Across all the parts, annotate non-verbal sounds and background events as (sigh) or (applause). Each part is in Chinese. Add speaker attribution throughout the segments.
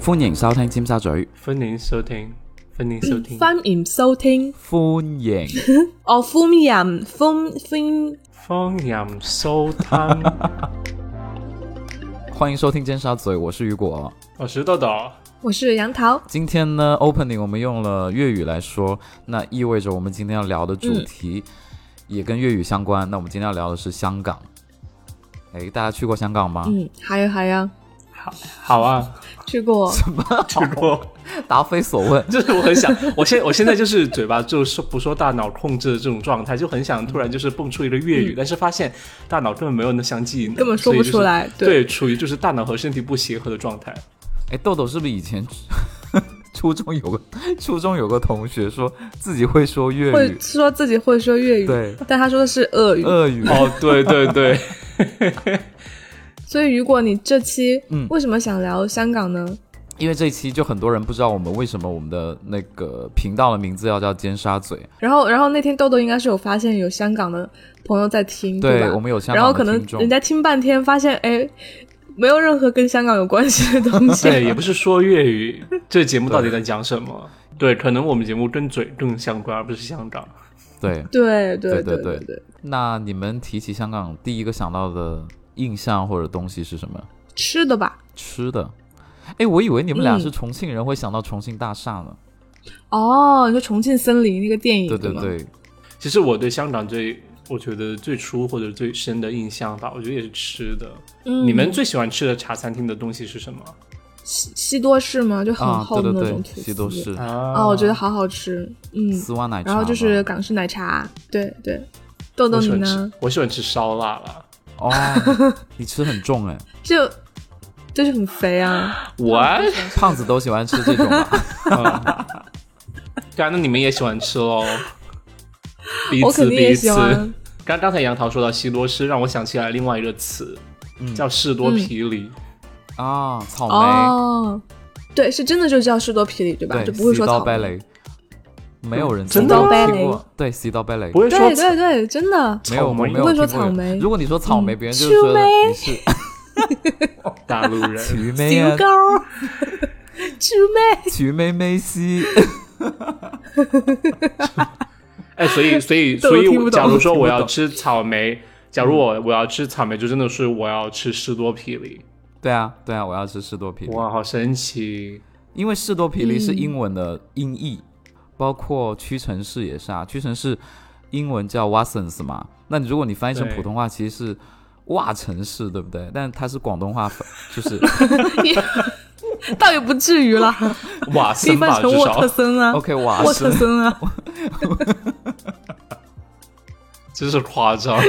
Speaker 1: 歡迎收聽尖沙咀，
Speaker 2: 歡迎收聽，歡迎收聽，
Speaker 3: 歡迎收聽。
Speaker 1: 歡迎
Speaker 3: 我歡迎歡歡
Speaker 2: 歡迎收
Speaker 3: (laughs)
Speaker 2: 聽。
Speaker 1: 歡迎收聽尖沙咀，我是雨果。
Speaker 2: 我是豆豆，
Speaker 3: 我是杨桃。
Speaker 1: 今天呢，opening 我們用了粵語來說，那意味着我們今天要聊的主題也跟粵語相關。那我們今天要聊的是香港。誒，大家去過香港嗎？
Speaker 3: 嗯，係啊係啊，
Speaker 2: 好，好啊，
Speaker 3: 去過。
Speaker 2: 去
Speaker 3: 啊
Speaker 2: 過。
Speaker 1: 答非所問。
Speaker 2: 就是我很想，我现我现在就是嘴巴就是不受大脑控制的这种状态，就很想突然就是蹦出一个粵语，但是发现大脑根本没有那项技能，
Speaker 3: 嗯根本说不出
Speaker 2: 所以
Speaker 3: 来
Speaker 2: 就是对，处于就是大脑和身体不协和的状态。
Speaker 1: 哎，豆豆是不是以前 (laughs) 初中有个初中有个同学说自己會說粵
Speaker 3: 會
Speaker 1: 語？
Speaker 3: 說自己會說粵語，
Speaker 1: 對，
Speaker 3: 但他說的是俄語。
Speaker 1: 俄語。
Speaker 2: 哦，对对
Speaker 3: (laughs)
Speaker 2: 对，
Speaker 3: 所以如果你這期
Speaker 1: 嗯
Speaker 3: 為什麼想聊香港呢？
Speaker 1: 因為這期就很多人不知道我們為什麼我們的那個頻道的名字要叫尖沙咀。
Speaker 3: 然後然後那天豆豆應該是有發現有香港的朋友在聽，
Speaker 1: 對
Speaker 3: 吧
Speaker 1: 我？們有香
Speaker 3: 然後
Speaker 1: 港
Speaker 3: 可
Speaker 1: 的
Speaker 3: 能
Speaker 1: 聽眾，
Speaker 3: 人家聽半天发现，哎，沒有任何跟香港有關係的
Speaker 2: (laughs)
Speaker 3: 東西。
Speaker 2: 对，也不是说粤语，这节目到底在讲什么？对，可能我们节目跟嘴更相关，而不是香港。
Speaker 1: 對。
Speaker 3: 对对
Speaker 1: 對對
Speaker 3: 对
Speaker 1: 對那你們提起香港，第一個想到的印象或者東西是什麼？
Speaker 3: 吃的吧？
Speaker 1: 吃的。哎，我以為你們倆
Speaker 3: 嗯
Speaker 1: 是重慶人，會想到重慶大廈呢。
Speaker 3: 哦，你說《重慶森林》那個電影
Speaker 1: 對對
Speaker 3: 嗎？
Speaker 1: 對，
Speaker 2: 其实我对香港最，我觉得最初或者最深的印象吧，我觉得也是吃的。
Speaker 3: 嗯
Speaker 2: 你们最喜欢吃的茶餐厅的东西是什么？
Speaker 3: 西西多士嘛，就很
Speaker 1: 啊，
Speaker 3: 厚
Speaker 1: 對
Speaker 3: 的
Speaker 1: 對
Speaker 3: 那种
Speaker 1: 對，
Speaker 3: 吐司。
Speaker 1: 西多士、
Speaker 2: 啊
Speaker 3: 哦，我觉得好好吃，嗯。
Speaker 1: 絲襪奶茶
Speaker 3: 然
Speaker 1: 嘛。
Speaker 3: 後就是 (laughs) 港式奶茶，对对。豆豆
Speaker 2: 我喜
Speaker 3: 你
Speaker 2: 欢
Speaker 3: 呢
Speaker 2: 吃？，我喜欢吃烧腊啦。
Speaker 1: 哦，你吃很重哎，
Speaker 3: 就就是很肥啊，
Speaker 2: 我、
Speaker 1: 胖子都喜歡吃這啊種吧？
Speaker 2: 嗯，对啊，那你们也喜欢吃喽？彼
Speaker 3: (laughs) 我
Speaker 2: 此
Speaker 3: 肯定
Speaker 2: 彼
Speaker 3: 也喜
Speaker 2: 此。
Speaker 3: 欢。
Speaker 2: 刚刚才杨桃说到西多士，让我想起来另外一个词，
Speaker 1: 嗯
Speaker 2: 叫士多啤梨。
Speaker 3: 嗯
Speaker 1: 啊，草莓，
Speaker 3: 哦，对，是真的就叫士多啤梨对吧？
Speaker 1: 對，
Speaker 3: 就不会
Speaker 1: 西
Speaker 3: 说
Speaker 1: 刀
Speaker 3: 草
Speaker 1: 芭
Speaker 3: 莓。
Speaker 1: 蕾，没有人
Speaker 2: 真的
Speaker 1: 聽
Speaker 2: 嗎
Speaker 3: 西刀芭蕾
Speaker 1: 過，對，西刀芭蕾
Speaker 2: 不。会说
Speaker 3: 对对对，真的。
Speaker 1: 没有，
Speaker 2: 草
Speaker 1: 我
Speaker 2: 莓
Speaker 1: 没有
Speaker 3: 不会说
Speaker 1: 聽過
Speaker 3: 草
Speaker 1: 有
Speaker 3: 莓
Speaker 1: 如果你说草莓，別人就
Speaker 3: 秋
Speaker 1: 覺得
Speaker 3: 莓
Speaker 1: 你
Speaker 3: (laughs)
Speaker 1: 是
Speaker 2: 大陆人，
Speaker 1: 曲妹
Speaker 3: 小
Speaker 1: 啊
Speaker 3: 狗，猪妹，
Speaker 1: 曲妹妹西。 (laughs)
Speaker 2: 哎，所以所以
Speaker 3: 都
Speaker 2: 所以
Speaker 3: 听不
Speaker 2: 我，
Speaker 3: 懂
Speaker 2: 假如说
Speaker 1: 听不
Speaker 2: 我要
Speaker 1: 懂
Speaker 2: 吃草莓，假如我我要吃草莓，就真的是我要吃士多啤梨。
Speaker 1: 对啊，对啊，我要吃士多啤梨，
Speaker 2: 哇，好神奇！
Speaker 1: 因为士多啤梨是
Speaker 3: 嗯
Speaker 1: 英文的音译，包括屈臣氏也是啊，屈臣氏英文叫 Watsons 嘛，那你如果你翻译成
Speaker 2: 对
Speaker 1: 普通话，其实是袜城市，对不对？但它是廣東话 (laughs) 翻，
Speaker 3: (laughs)
Speaker 1: 就是
Speaker 3: 倒也不至
Speaker 2: (laughs)
Speaker 3: 于啦，
Speaker 2: 哇，
Speaker 3: (laughs) 可以
Speaker 2: 森
Speaker 3: 翻
Speaker 2: 吧，
Speaker 3: 成
Speaker 2: 至
Speaker 3: 沃
Speaker 2: 少
Speaker 3: 特森
Speaker 2: (laughs)
Speaker 3: 啊，
Speaker 1: OK 瓦
Speaker 3: 沃特
Speaker 1: 森，
Speaker 3: 森啊，
Speaker 2: 真是夸
Speaker 3: (laughs)
Speaker 2: 张。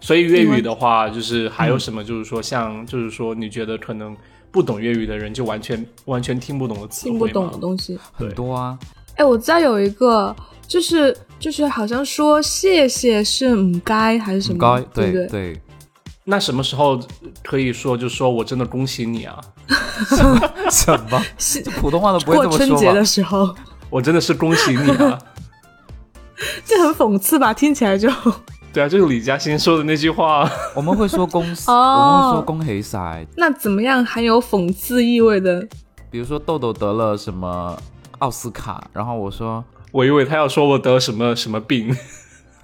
Speaker 2: 所以粤语的话，就是还
Speaker 3: 嗯
Speaker 2: 有什么，就是说像，就是说你觉得可能不懂粤语的人，就完全完全听不懂的词汇
Speaker 3: 听
Speaker 2: 吗
Speaker 3: 不懂的东西。
Speaker 1: 很多啊，
Speaker 3: 哎，我知道有一个，就是就是好像说谢谢是唔该还是什
Speaker 1: 很
Speaker 3: 么，
Speaker 1: 高，
Speaker 3: 对不
Speaker 1: 对
Speaker 3: 对？
Speaker 2: 那什么时候可以说，就说我真的恭喜你啊，
Speaker 1: 什么？
Speaker 3: (laughs) 是
Speaker 1: 普通话都不会
Speaker 3: 过
Speaker 1: 这么
Speaker 3: 春
Speaker 1: 说
Speaker 3: 节的
Speaker 1: 吧？
Speaker 3: 时候，
Speaker 2: 我真的是恭喜你
Speaker 3: (laughs)
Speaker 2: 啊。
Speaker 3: 这很讽刺吧？听起来就 (laughs)
Speaker 2: 对啊，就是李嘉欣说的那句话。
Speaker 1: 我们会说恭喜，
Speaker 3: (laughs) 哦
Speaker 1: 我们会说恭喜晒，
Speaker 3: 那怎么样含有讽刺意味的？
Speaker 1: 比如说豆豆得了什么奥斯卡，然后我说
Speaker 2: 我以为他要说我得什么什么病，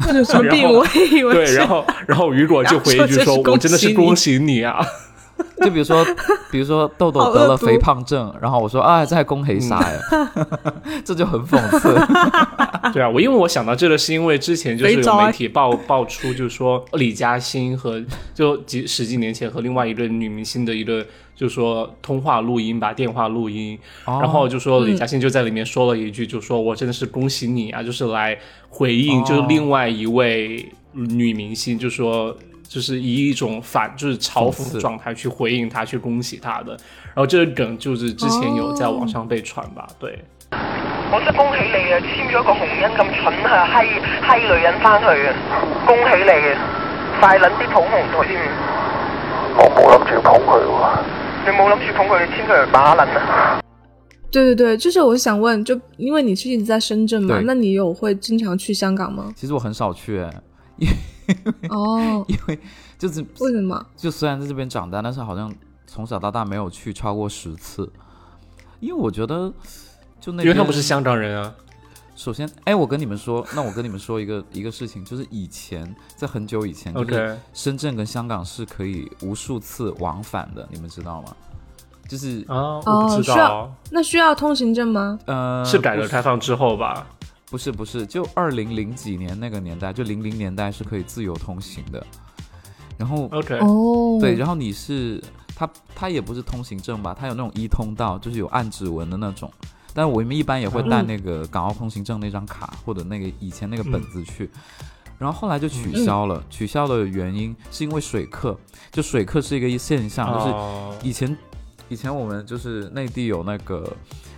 Speaker 3: 这有什么病？
Speaker 2: (laughs) 然后
Speaker 3: 我也以为
Speaker 2: 对，
Speaker 3: 是
Speaker 2: 然后然后雨果就回一句
Speaker 3: 然后说这是
Speaker 2: 说，
Speaker 3: 恭喜
Speaker 2: 我真的是恭喜你啊。
Speaker 1: 就比如说，比如说豆豆得了肥胖症，然后我说啊，在恭喜啥呀？ (laughs) 这就很讽刺。 (laughs)
Speaker 2: (laughs) 对啊，我因为我想到这个，是因为之前就是有
Speaker 3: 肥
Speaker 1: 啊
Speaker 3: 宅
Speaker 2: 媒体爆 (laughs) 爆出，就是说李嘉欣和就几十几年前和另外一个女明星的一个，就是说通话录音吧，电话录音，
Speaker 1: 哦
Speaker 2: 然后就说李嘉欣就在里面说了一句，就说我真的是恭喜你啊，就是来回应
Speaker 1: 哦
Speaker 2: 就是另外一位女明星，就说。就是以一种反就是嘲
Speaker 1: 讽
Speaker 2: 讽
Speaker 1: 刺
Speaker 2: 的状态去回应她，去恭喜她的。然后这个梗就是之前有
Speaker 1: 哦
Speaker 2: 在网上被传吧，对。
Speaker 4: 我真係恭喜你啊！簽咗個紅恩咁蠢啊，閪閪女人翻去啊！恭喜你啊！快撚啲捧紅佢添，
Speaker 5: 我冇諗住捧佢喎。
Speaker 4: 你冇諗住捧佢，你簽佢嚟把撚啊！
Speaker 3: (laughs) 对对对，就是我想问，就因为你是一直在深圳嘛
Speaker 1: 对，
Speaker 3: 那你有会经常去香港
Speaker 1: (laughs) ？
Speaker 3: 吗
Speaker 1: 其实我很少去，
Speaker 3: 哦，
Speaker 1: 因为就是
Speaker 3: 为什么？
Speaker 1: 就虽然在这边长大，但是好像从小到大没有去超过十次。因为我觉得就那
Speaker 2: 因为
Speaker 1: 边
Speaker 2: 他不是香港人啊。
Speaker 1: 首先，哎，我跟你们说，那我跟你们说一个一个事情，就是以前在很久以前，就是
Speaker 2: OK，
Speaker 1: 深圳跟香港是可以无数次往返的，你们知道吗？就是
Speaker 2: 啊，我不知
Speaker 3: 哦是
Speaker 2: 道啊
Speaker 3: 啊，那需要通行证吗？
Speaker 1: 呃，
Speaker 2: 是改
Speaker 1: 不
Speaker 2: 革开放之后吧？
Speaker 1: 不是不是，就二零零几年那个年代，就零零年代是可以自由通行的。然后
Speaker 2: OK，
Speaker 3: 哦，
Speaker 1: 对，然后你是它它也不是通行证吧？它有那种一通道，就是有按指纹的那种。但我们一般也会带
Speaker 3: 嗯
Speaker 1: 那个港澳通行证那张卡、或者那个以前那个本
Speaker 2: 嗯
Speaker 1: 子去。然后后来就取消了，取消的原因是因为水客，就水客是一个现象，就是
Speaker 2: 哦
Speaker 1: 以前以前我们就是内地有那个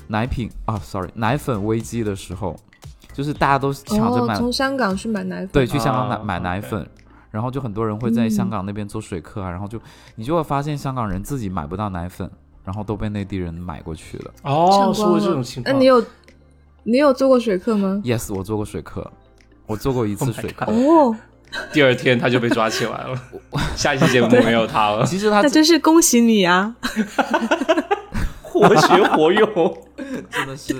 Speaker 1: 奶品啊，sorry，奶粉危机的时候，就是大家都抢着
Speaker 3: 哦
Speaker 1: 买，，
Speaker 3: 从香港去买奶粉，
Speaker 1: 对，去香港买、
Speaker 2: 啊
Speaker 1: 买
Speaker 2: ，OK
Speaker 1: 奶粉。然后就很多人会在
Speaker 3: 嗯
Speaker 1: 香港那边做水客啊，然后就你就会发现香港人自己买不到奶粉，然后都被内地人买过去了。
Speaker 2: 哦，
Speaker 3: 抢
Speaker 2: 是会
Speaker 3: 光
Speaker 2: 这种
Speaker 3: 了
Speaker 2: 情。
Speaker 3: 那
Speaker 2: 况。
Speaker 3: 呃你有你有做过水客吗？
Speaker 1: Yes，我做过水客，我做过一
Speaker 2: Oh
Speaker 1: 次
Speaker 2: my
Speaker 1: 水客。
Speaker 3: 哦，
Speaker 2: 第二天他就被抓起来
Speaker 3: (laughs)
Speaker 2: 了，下一期节目没有他 (laughs) 了，
Speaker 1: 其实他
Speaker 3: 那真是恭喜你啊！
Speaker 2: 活学活用。
Speaker 1: 真的是，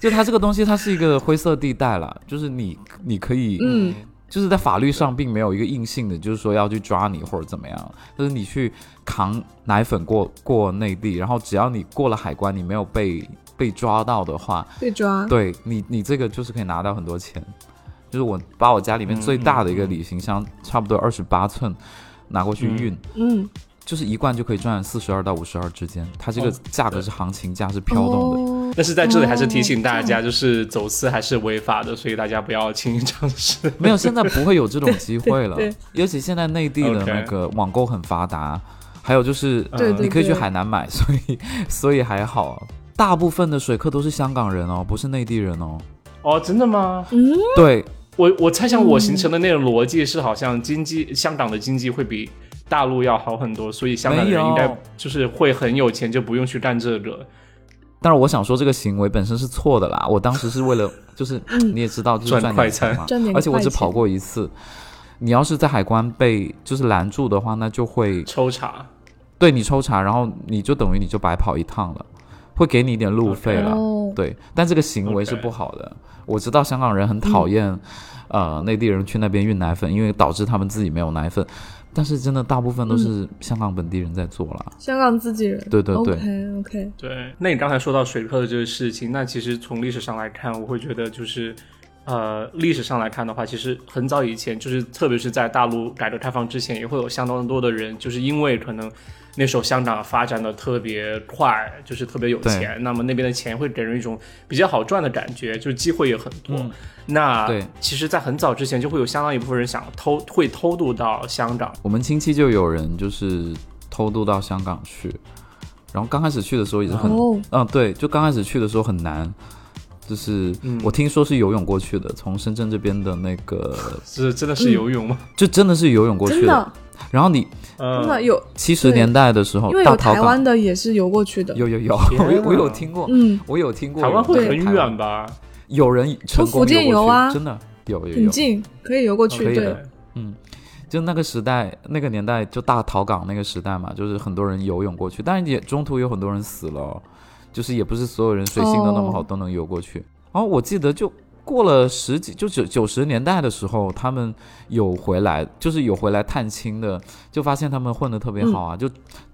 Speaker 1: 就它这个东西，它是一个灰色地带啦，就是你你可以，
Speaker 3: 嗯，
Speaker 1: 就是在法律上并没有一个硬性的，就是说要去抓你或者怎么样，就是你去扛奶粉过过内地，然后只要你过了海关，你没有被被抓到的话，
Speaker 3: 被抓，
Speaker 1: 对你你这个就是可以拿到很多钱。就是我把我家里面最大的一个旅行箱，差不多二十八寸，拿过去运，
Speaker 3: 嗯，
Speaker 1: 就是一罐就可以赚四十二到五十二之间，它这个
Speaker 2: 哦
Speaker 1: 价格是行情价，是飘动的。
Speaker 3: 哦
Speaker 2: (laughs) 但是在这里还是提醒大
Speaker 3: 嗯
Speaker 2: 家，就是走私还是违法的，所以大家不要轻易尝试。
Speaker 3: (laughs)
Speaker 1: 没有，现在不会有这种机会了
Speaker 3: 对对。
Speaker 1: 尤其现在内地的
Speaker 2: OK
Speaker 1: 那个网购很发达，还有就是
Speaker 2: 对对
Speaker 1: 你可以去
Speaker 3: 对
Speaker 1: 海南买，所以所以还好。大部分的水客都是香港人哦，不是内地人哦。
Speaker 3: 嗯
Speaker 2: 哦，真的吗？
Speaker 1: 嗯对，
Speaker 2: 我我猜想我形成的那种逻辑是，好像经济香港的经济会比大陆要好很多，所以香港的人
Speaker 1: 没有
Speaker 2: 应该就是会很有钱，就不用去干这个。
Speaker 1: 但是我想说这个行为本身是错的啦。我当时是为
Speaker 3: (laughs)
Speaker 1: 了，就是你也知道，就是
Speaker 2: 赚
Speaker 1: 赚
Speaker 2: 快
Speaker 1: 点钱
Speaker 2: 餐
Speaker 1: 嘛，
Speaker 3: 赚点
Speaker 1: 而且我只
Speaker 3: 快钱
Speaker 1: 跑过一次。你要是在海关被就是拦住的话，那就会
Speaker 2: 抽查
Speaker 1: 对你抽查，然后你就等于你就白跑一趟了，会给你一点路费了。
Speaker 3: 哦，
Speaker 1: 对，啊但这个行为是
Speaker 2: OK
Speaker 1: 不好的。我知道香港人很
Speaker 3: 嗯
Speaker 1: 讨厌，呃，内地人去那边运奶粉，因为导致他们自己没有奶粉。但是真的，大部分都
Speaker 3: 嗯
Speaker 1: 是香港本地人在做啦。
Speaker 3: 香港自己人，
Speaker 1: 对对对
Speaker 3: OK OK，
Speaker 2: 对，那你刚才说到水客的这个事情，那其实从历史上来看，我会觉得就是，呃，历史上来看的话，其实很早以前，就是特别是在大陆改革开放之前，也会有相当多的人，就是因为可能那时候香港发展的特别快，就是特别有
Speaker 1: 对
Speaker 2: 钱，那么那边的钱会给人一种比较好赚的感觉，就是机会也很多。那
Speaker 1: 对
Speaker 2: 其实，在很早之前就会有相当一部分人想偷，会偷渡到香港。
Speaker 1: 我们亲戚就有人就是偷渡到香港去，然后刚开始去的时候也是很，
Speaker 3: 哦，
Speaker 1: 嗯，对，就刚开始去的时候很难。就是
Speaker 2: 嗯
Speaker 1: 我听说是游泳过去的，从深圳这边的那个，
Speaker 2: 是真的
Speaker 3: 嗯
Speaker 2: 是游泳吗？
Speaker 1: 就真的是游泳过去
Speaker 3: 真的
Speaker 1: 然后你
Speaker 2: 嗯，
Speaker 3: 真的有，
Speaker 1: 七十
Speaker 3: 对
Speaker 1: 年代的时候，
Speaker 3: 因为
Speaker 1: 大
Speaker 3: 有
Speaker 1: 逃
Speaker 3: 台
Speaker 1: 港
Speaker 3: 湾的也是游过去的，
Speaker 1: 有有有，
Speaker 2: 天
Speaker 1: 我有我有
Speaker 2: 啊
Speaker 1: 听过，
Speaker 3: 嗯，
Speaker 1: 我有听过
Speaker 2: 台
Speaker 1: 有
Speaker 2: 湾
Speaker 1: 人
Speaker 2: 会
Speaker 1: 在
Speaker 2: 很
Speaker 1: 台湾
Speaker 2: 远吧？
Speaker 1: 有人成功
Speaker 3: 福建
Speaker 1: 游过
Speaker 3: 有啊
Speaker 1: 去真的有有
Speaker 3: 很
Speaker 1: 有，
Speaker 3: 近，可以游过去，
Speaker 1: 可以
Speaker 3: 对
Speaker 1: 的，嗯，就那个时代，那个年代就大逃港那个时代嘛，就是很多人游泳过去，但是也中途有很多人死了哦，就是也不是所有人水性都那么好
Speaker 3: 哦
Speaker 1: 都能游过去。然后我记得就过了十几，就九九十年代的时候，他们有回来，就是有回来探亲的，就发现他们混的特别好啊，就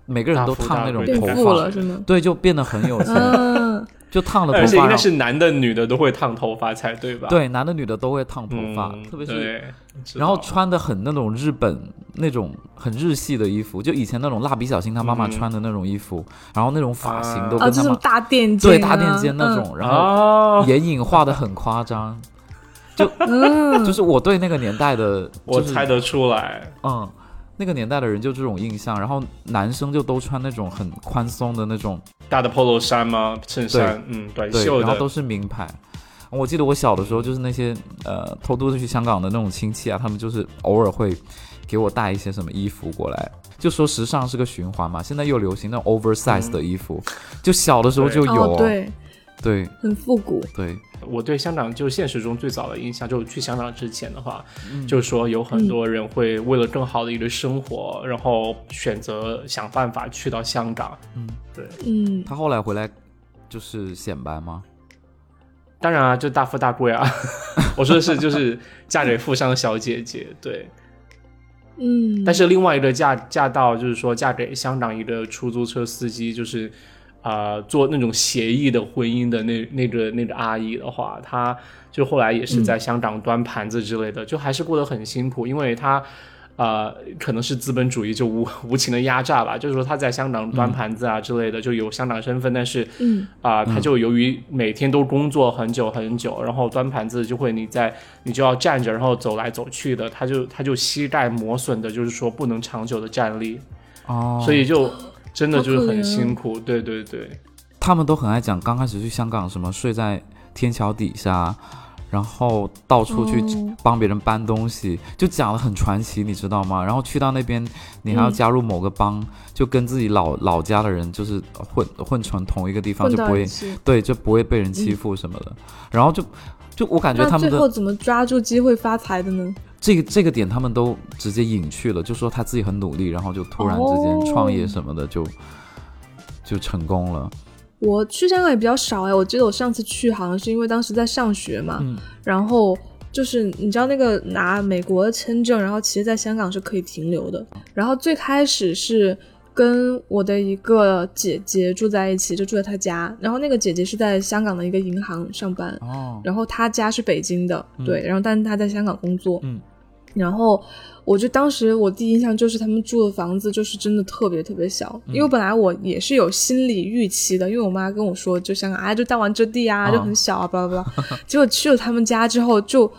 Speaker 1: 每个人
Speaker 2: 大
Speaker 1: 都
Speaker 2: 富
Speaker 1: 烫
Speaker 2: 大
Speaker 1: 那种
Speaker 2: 贵
Speaker 3: 嗯变
Speaker 1: 头
Speaker 2: 对
Speaker 3: 富
Speaker 1: 发，
Speaker 3: 了是
Speaker 1: (laughs)
Speaker 3: 吗？
Speaker 1: 对，就变得很有钱，
Speaker 3: 嗯，
Speaker 1: 就烫了头
Speaker 2: 而且
Speaker 1: 发，
Speaker 2: 应该
Speaker 1: 然后
Speaker 2: 是男的、女的都会烫头发才对吧？
Speaker 1: 对，男的女的都会烫头
Speaker 2: 嗯，
Speaker 1: 发，特别是
Speaker 2: 对，知道
Speaker 1: 然后穿的很那种日本那种很日系的衣服，就以前那种蜡笔小新他妈妈
Speaker 2: 嗯
Speaker 1: 穿的那种衣服，然后那种发型都
Speaker 3: 啊，
Speaker 1: 跟
Speaker 3: 这
Speaker 1: 他
Speaker 3: 种
Speaker 1: 妈、
Speaker 3: 大垫肩啊，
Speaker 1: 对大垫肩那种，然后
Speaker 2: 啊，
Speaker 1: 眼影画的很夸张，
Speaker 3: 嗯，
Speaker 1: (laughs) 就
Speaker 3: 嗯，
Speaker 1: 是我对那个年代的，
Speaker 2: 我
Speaker 1: 就是
Speaker 2: 猜得出来，
Speaker 1: 嗯，那个年代的人就这种印象，然后男生就都穿那种很宽松的那种，
Speaker 2: 大的 polo 衫吗？衬衫，嗯，短
Speaker 1: 对，
Speaker 2: 袖
Speaker 1: 然后
Speaker 2: 的
Speaker 1: 都，是名牌。我记得我小的时候，就是那些呃偷渡去香港的那种亲戚啊，他们就是偶尔会给我带一些什么衣服过来，就说时尚是个循环嘛。现在又流行那种 oversize 的衣服，就小的时候就有、啊
Speaker 3: 哦，对，
Speaker 1: 对
Speaker 3: 很复古。
Speaker 1: 对，
Speaker 2: 我对香港就是现实中最早的印象，就是去香港之前的话，
Speaker 1: 嗯
Speaker 2: 就是说有很多人会为了更好的一个生活，然后选择想办法去到香港。
Speaker 1: 嗯，
Speaker 2: 对。
Speaker 3: 嗯，
Speaker 1: 他后来回来就是显摆吗？
Speaker 2: 当然啊，就大富大贵啊！ (laughs) 我说的是，就是嫁给富商的小姐姐，对。
Speaker 3: 嗯，
Speaker 2: 但是另外一个嫁嫁到就是说嫁给香港一个出租车司机，就是啊、呃做那种协议的婚姻的那那个那个阿姨的话，她就后来也是在香港端盘子之类的，就还是过得很辛苦，因为她。呃，可能是资本主义就无无情的压榨吧，就是说她在香港端盘子啊之类的，就有香港身份，但是，
Speaker 3: 嗯
Speaker 2: 啊、他就由于每天都工作很久很久，然后端盘子就会你在你就要站着，然后走来走去的，他就他就膝盖磨损的，就是说不能长久的站立，
Speaker 1: 哦，
Speaker 2: 所以就真的就是
Speaker 3: 好可怜
Speaker 2: 很
Speaker 3: 啊
Speaker 2: 辛苦。对对对，
Speaker 1: 他们都很爱讲，刚开始去香港什么睡在天桥底下，然后到处去
Speaker 3: 哦
Speaker 1: 帮别人搬东西，就讲的很传奇，你知道吗？然后去到那边，你还要
Speaker 3: 嗯
Speaker 1: 加入某个帮，就跟自己老老家的人就是混混成同一个地方，
Speaker 3: 混
Speaker 1: 就不
Speaker 3: 到
Speaker 1: 会
Speaker 3: 一起。
Speaker 1: 对，就不会被人欺负什么的。然后就就我感觉他
Speaker 3: 那
Speaker 1: 们
Speaker 3: 最
Speaker 1: 的
Speaker 3: 后怎么抓住机会发财的呢？
Speaker 1: 这个这个点他们都直接隐去了，就说他自己很努力，然后就突然之间创
Speaker 3: 哦
Speaker 1: 业什么的就、就成功了。
Speaker 3: 我去香港也比较少哎，我记得我上次去好像是因为当时在上学嘛，
Speaker 1: 嗯
Speaker 3: 然后就是你知道那个拿美国的签证，然后其实在香港是可以停留的。然后最开始是跟我的一个姐姐住在一起，就住在她家，然后那个姐姐是在香港的一个银行上班，
Speaker 1: 哦，
Speaker 3: 然后他家是北京的，对，然后但是他在香港工作，
Speaker 1: 嗯，
Speaker 3: 然后我就当时我第一印象就是他们住的房子就是真的特别特别小，因为本来我也是有心理预期的，因为我妈跟我说就香港啊就弹丸之地啊
Speaker 1: 哦
Speaker 3: 就很小啊，巴拉巴拉， (laughs) 结果去了他们家之后就。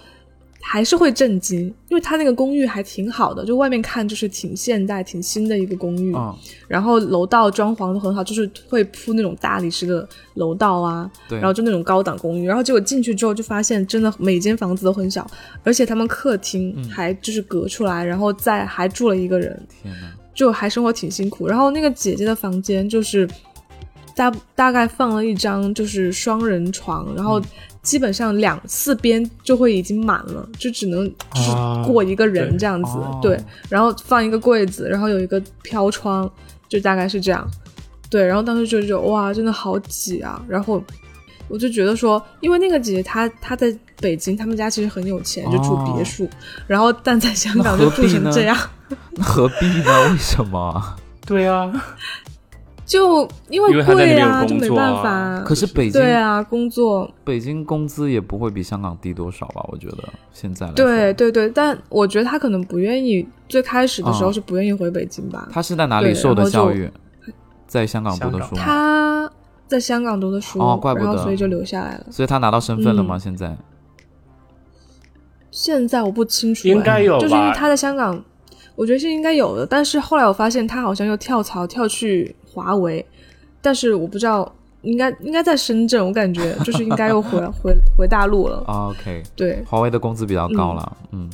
Speaker 3: 还是会震惊，因为他那个公寓还挺好的，就外面看就是挺现代、挺新的一个公寓。
Speaker 1: 嗯，
Speaker 3: 然后楼道装潢都很好，就是会铺那种大理石的楼道啊，
Speaker 1: 对
Speaker 3: 然后就那种高档公寓。然后结果进去之后就发现，真的每间房子都很小，而且他们客厅还就是隔出来，然后再还住了一个人，
Speaker 1: 天哪，
Speaker 3: 就还生活挺辛苦。然后那个姐姐的房间就是大大概放了一张就是双人床，然后
Speaker 1: 嗯
Speaker 3: 基本上两四边就会已经满了，就只能就是
Speaker 2: 啊
Speaker 3: 过一个人
Speaker 2: 对
Speaker 3: 这样子，
Speaker 1: 哦
Speaker 3: 对。然后放一个柜子，然后有一个飘窗，就大概是这样。对，然后当时就觉得哇，真的好挤啊！然后我就觉得说，因为那个姐姐她她在北京，他们家其实很有钱，就住别
Speaker 1: 哦
Speaker 3: 墅，然后但在香港
Speaker 1: 那
Speaker 3: 就
Speaker 1: 何
Speaker 3: 住
Speaker 1: 必
Speaker 3: 成
Speaker 1: 呢
Speaker 3: 这样。
Speaker 1: 那何必呢？ (laughs) 为什么？
Speaker 2: 对啊，
Speaker 3: 就因
Speaker 2: 因为
Speaker 3: 为
Speaker 2: 他在那
Speaker 3: 贵
Speaker 2: 边
Speaker 3: 啊，
Speaker 2: 有
Speaker 3: 就
Speaker 2: 工
Speaker 3: 没
Speaker 2: 作
Speaker 3: 办
Speaker 2: 啊
Speaker 3: 法啊。
Speaker 1: 可是北京
Speaker 3: 对啊，工作，
Speaker 1: 北京工资也不会比香港低多少吧？我觉得现在来说
Speaker 3: 对，对对，但我觉得他可能不愿意，最开始的时候
Speaker 1: 啊
Speaker 3: 是不愿意回北京吧。
Speaker 1: 他是在哪里
Speaker 3: 对
Speaker 1: 受的
Speaker 3: 然后就
Speaker 1: 教育？在香港读的
Speaker 2: 香
Speaker 1: 书
Speaker 2: 港
Speaker 1: 吗？
Speaker 3: 他在香港读的书，
Speaker 1: 哦怪不
Speaker 3: 然后
Speaker 1: 得
Speaker 3: 所以就留下来了。
Speaker 1: 所以他拿到身份了吗？
Speaker 3: 嗯
Speaker 1: 现在
Speaker 3: 现在我不清楚哎，
Speaker 2: 应该有
Speaker 3: 就是因为
Speaker 2: 吧？
Speaker 3: 他在香港，我觉得是应该有的。但是后来我发现他好像又跳槽跳去华为，但是我不知道，应该应该在深圳，我感觉就是应该又回 (laughs) 回回大陆了。
Speaker 1: 啊，OK，
Speaker 3: 对，
Speaker 1: 华为的工资比较高了，嗯，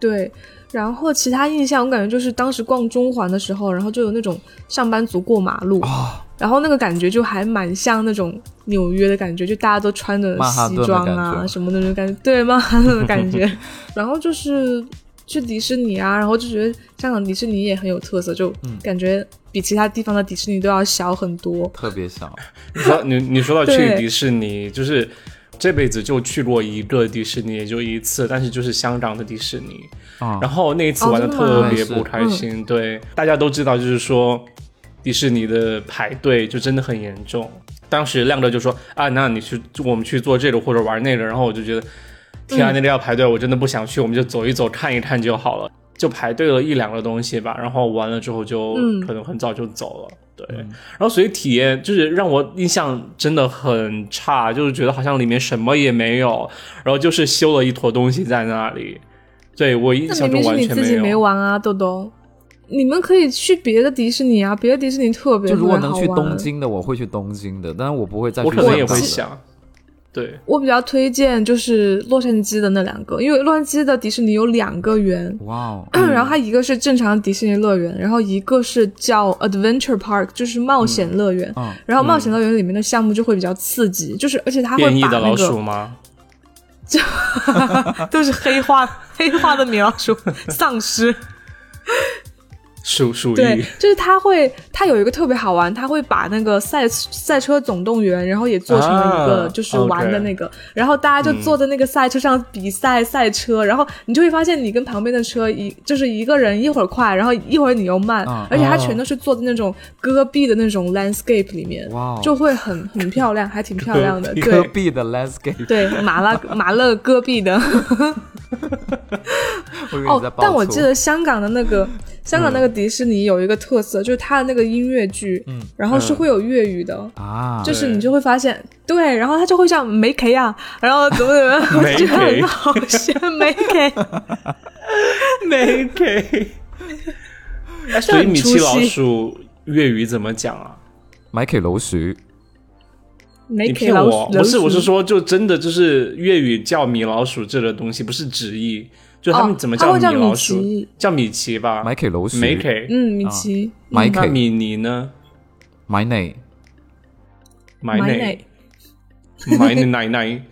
Speaker 3: 对，然后其他印象我感觉就是当时逛中环的时候，然后就有那种上班族过马路，
Speaker 1: 哦
Speaker 3: 然后那个感觉就还蛮像那种纽约的感觉，就大家都穿着
Speaker 1: 曼哈
Speaker 3: 西
Speaker 1: 顿的
Speaker 3: 装
Speaker 1: 感
Speaker 3: 啊
Speaker 1: 觉
Speaker 3: 什么的那种感觉，对曼哈顿的感
Speaker 1: (laughs)
Speaker 3: 觉。然后就是去迪士尼啊，然后就觉得香港迪士尼也很有特色，就
Speaker 1: 嗯
Speaker 3: 感觉比其他地方的迪士尼都要小很多。
Speaker 1: 特别小，
Speaker 2: 你说你你说到去
Speaker 3: 对
Speaker 2: 迪士尼，就是这辈子就去过一个迪士尼，也就一次，但是就是香港的迪士尼。
Speaker 1: 啊
Speaker 2: 然后那一次
Speaker 3: 哦
Speaker 2: 玩的
Speaker 3: 真的
Speaker 2: 特
Speaker 3: 吗
Speaker 2: 别不开心，对，大家都知道，就是说迪士尼的排队就真的很严重。当时亮哥就说啊，那你去我们去做这个或者玩那个，然后我就觉得天啊，那个要排队，我真的不想去，我们就走一走看一看就好了。就排队了一两个东西吧，然后完了之后就
Speaker 3: 嗯
Speaker 2: 可能很早就走了，对。然后所以体验就是让我印象真的很差，就是觉得好像里面什么也没有，然后就是修了一坨东西在那里。对我印
Speaker 3: 那
Speaker 2: 象中
Speaker 3: 明明是
Speaker 2: 完
Speaker 3: 你
Speaker 2: 全
Speaker 3: 自己
Speaker 2: 有。
Speaker 3: 没玩啊，豆豆。你们可以去别的迪士尼啊，别的迪士尼特别
Speaker 1: 就如果
Speaker 3: 特别
Speaker 1: 能
Speaker 3: 好
Speaker 1: 去
Speaker 3: 玩
Speaker 1: 东京的，我会去东京的，但是我不会再去
Speaker 2: 我
Speaker 1: 香
Speaker 2: 可
Speaker 1: 港的。
Speaker 2: 能也会想，对，
Speaker 3: 我比较推荐就是洛杉矶的那两个，因为洛杉矶的迪士尼有两个园，
Speaker 1: 哇哦，
Speaker 3: (clears throat) 然后它一个是正常迪士尼乐园，然后一个是叫 Adventure Park，就是冒险乐园。
Speaker 1: 嗯嗯
Speaker 3: 然后冒险乐园里面的项目就会比较刺激，就是而且它会
Speaker 2: 变异
Speaker 3: 把
Speaker 2: 的
Speaker 3: 那
Speaker 2: 老鼠
Speaker 3: (laughs) 个
Speaker 2: 吗？
Speaker 3: 都是黑化黑化的米老鼠、 (laughs) 丧尸。
Speaker 2: 鼠鼠
Speaker 3: 对
Speaker 2: 疫，， (laughs)
Speaker 3: 就是它会，它有一个特别好玩，它会把那个赛赛车总动员，然后也做成了一个
Speaker 2: 啊
Speaker 3: 就是玩
Speaker 2: OK
Speaker 3: 的
Speaker 2: 嗯
Speaker 3: 那个，然后大家就坐在那个赛车上比赛赛车，然后你就会发现你跟旁边的车一就是一个人一会儿快，然后一会儿你又慢，
Speaker 1: 啊
Speaker 3: 而且它
Speaker 2: 啊
Speaker 3: 全都是坐在那种戈壁的那种 landscape 里面，
Speaker 1: 哇哦
Speaker 3: 就会很很漂亮，还挺漂亮的，
Speaker 2: 戈壁
Speaker 3: 对
Speaker 1: 戈。壁的 landscape，
Speaker 3: 对，马拉马勒戈壁的，
Speaker 1: 我以为你在
Speaker 3: 哦
Speaker 1: 爆，
Speaker 3: 但我
Speaker 1: 粗
Speaker 3: 记得香港的那个
Speaker 2: 嗯
Speaker 3: 香港那个迪士尼有一个特色，就是它的那个音乐剧，
Speaker 2: 嗯
Speaker 3: 然后是会有粤语的。
Speaker 1: 啊，
Speaker 3: 就是
Speaker 2: 对
Speaker 3: 你就会发现，对，然后他就会这样没 K 啊，然后怎么怎么样，
Speaker 2: (laughs)
Speaker 3: 我就觉得很好笑，没 K，
Speaker 2: 没给。所
Speaker 3: 很
Speaker 2: 以米
Speaker 3: 出
Speaker 2: 奇老
Speaker 3: 戏
Speaker 2: 鼠粤语怎么讲啊？
Speaker 1: 买给楼鼠
Speaker 3: 没
Speaker 2: 你
Speaker 3: K
Speaker 2: 骗
Speaker 3: 老
Speaker 2: 我
Speaker 3: 鼠，，
Speaker 2: 不是，我是
Speaker 3: 老鼠，
Speaker 2: 说，就真的就是粤语叫米老鼠这个东西，不是直译，就他们
Speaker 3: 哦
Speaker 2: 怎么
Speaker 3: 他会叫
Speaker 2: 米老
Speaker 3: 米
Speaker 2: 鼠？
Speaker 3: 奇
Speaker 2: 叫米奇吧，
Speaker 1: 买给楼鼠，
Speaker 2: 没给。
Speaker 3: 嗯，米奇，
Speaker 1: 买
Speaker 2: 那
Speaker 1: 给
Speaker 2: 米妮呢？
Speaker 1: 买内
Speaker 2: 买
Speaker 3: 买
Speaker 2: 奶
Speaker 3: 奶，
Speaker 2: 买奶奶奶。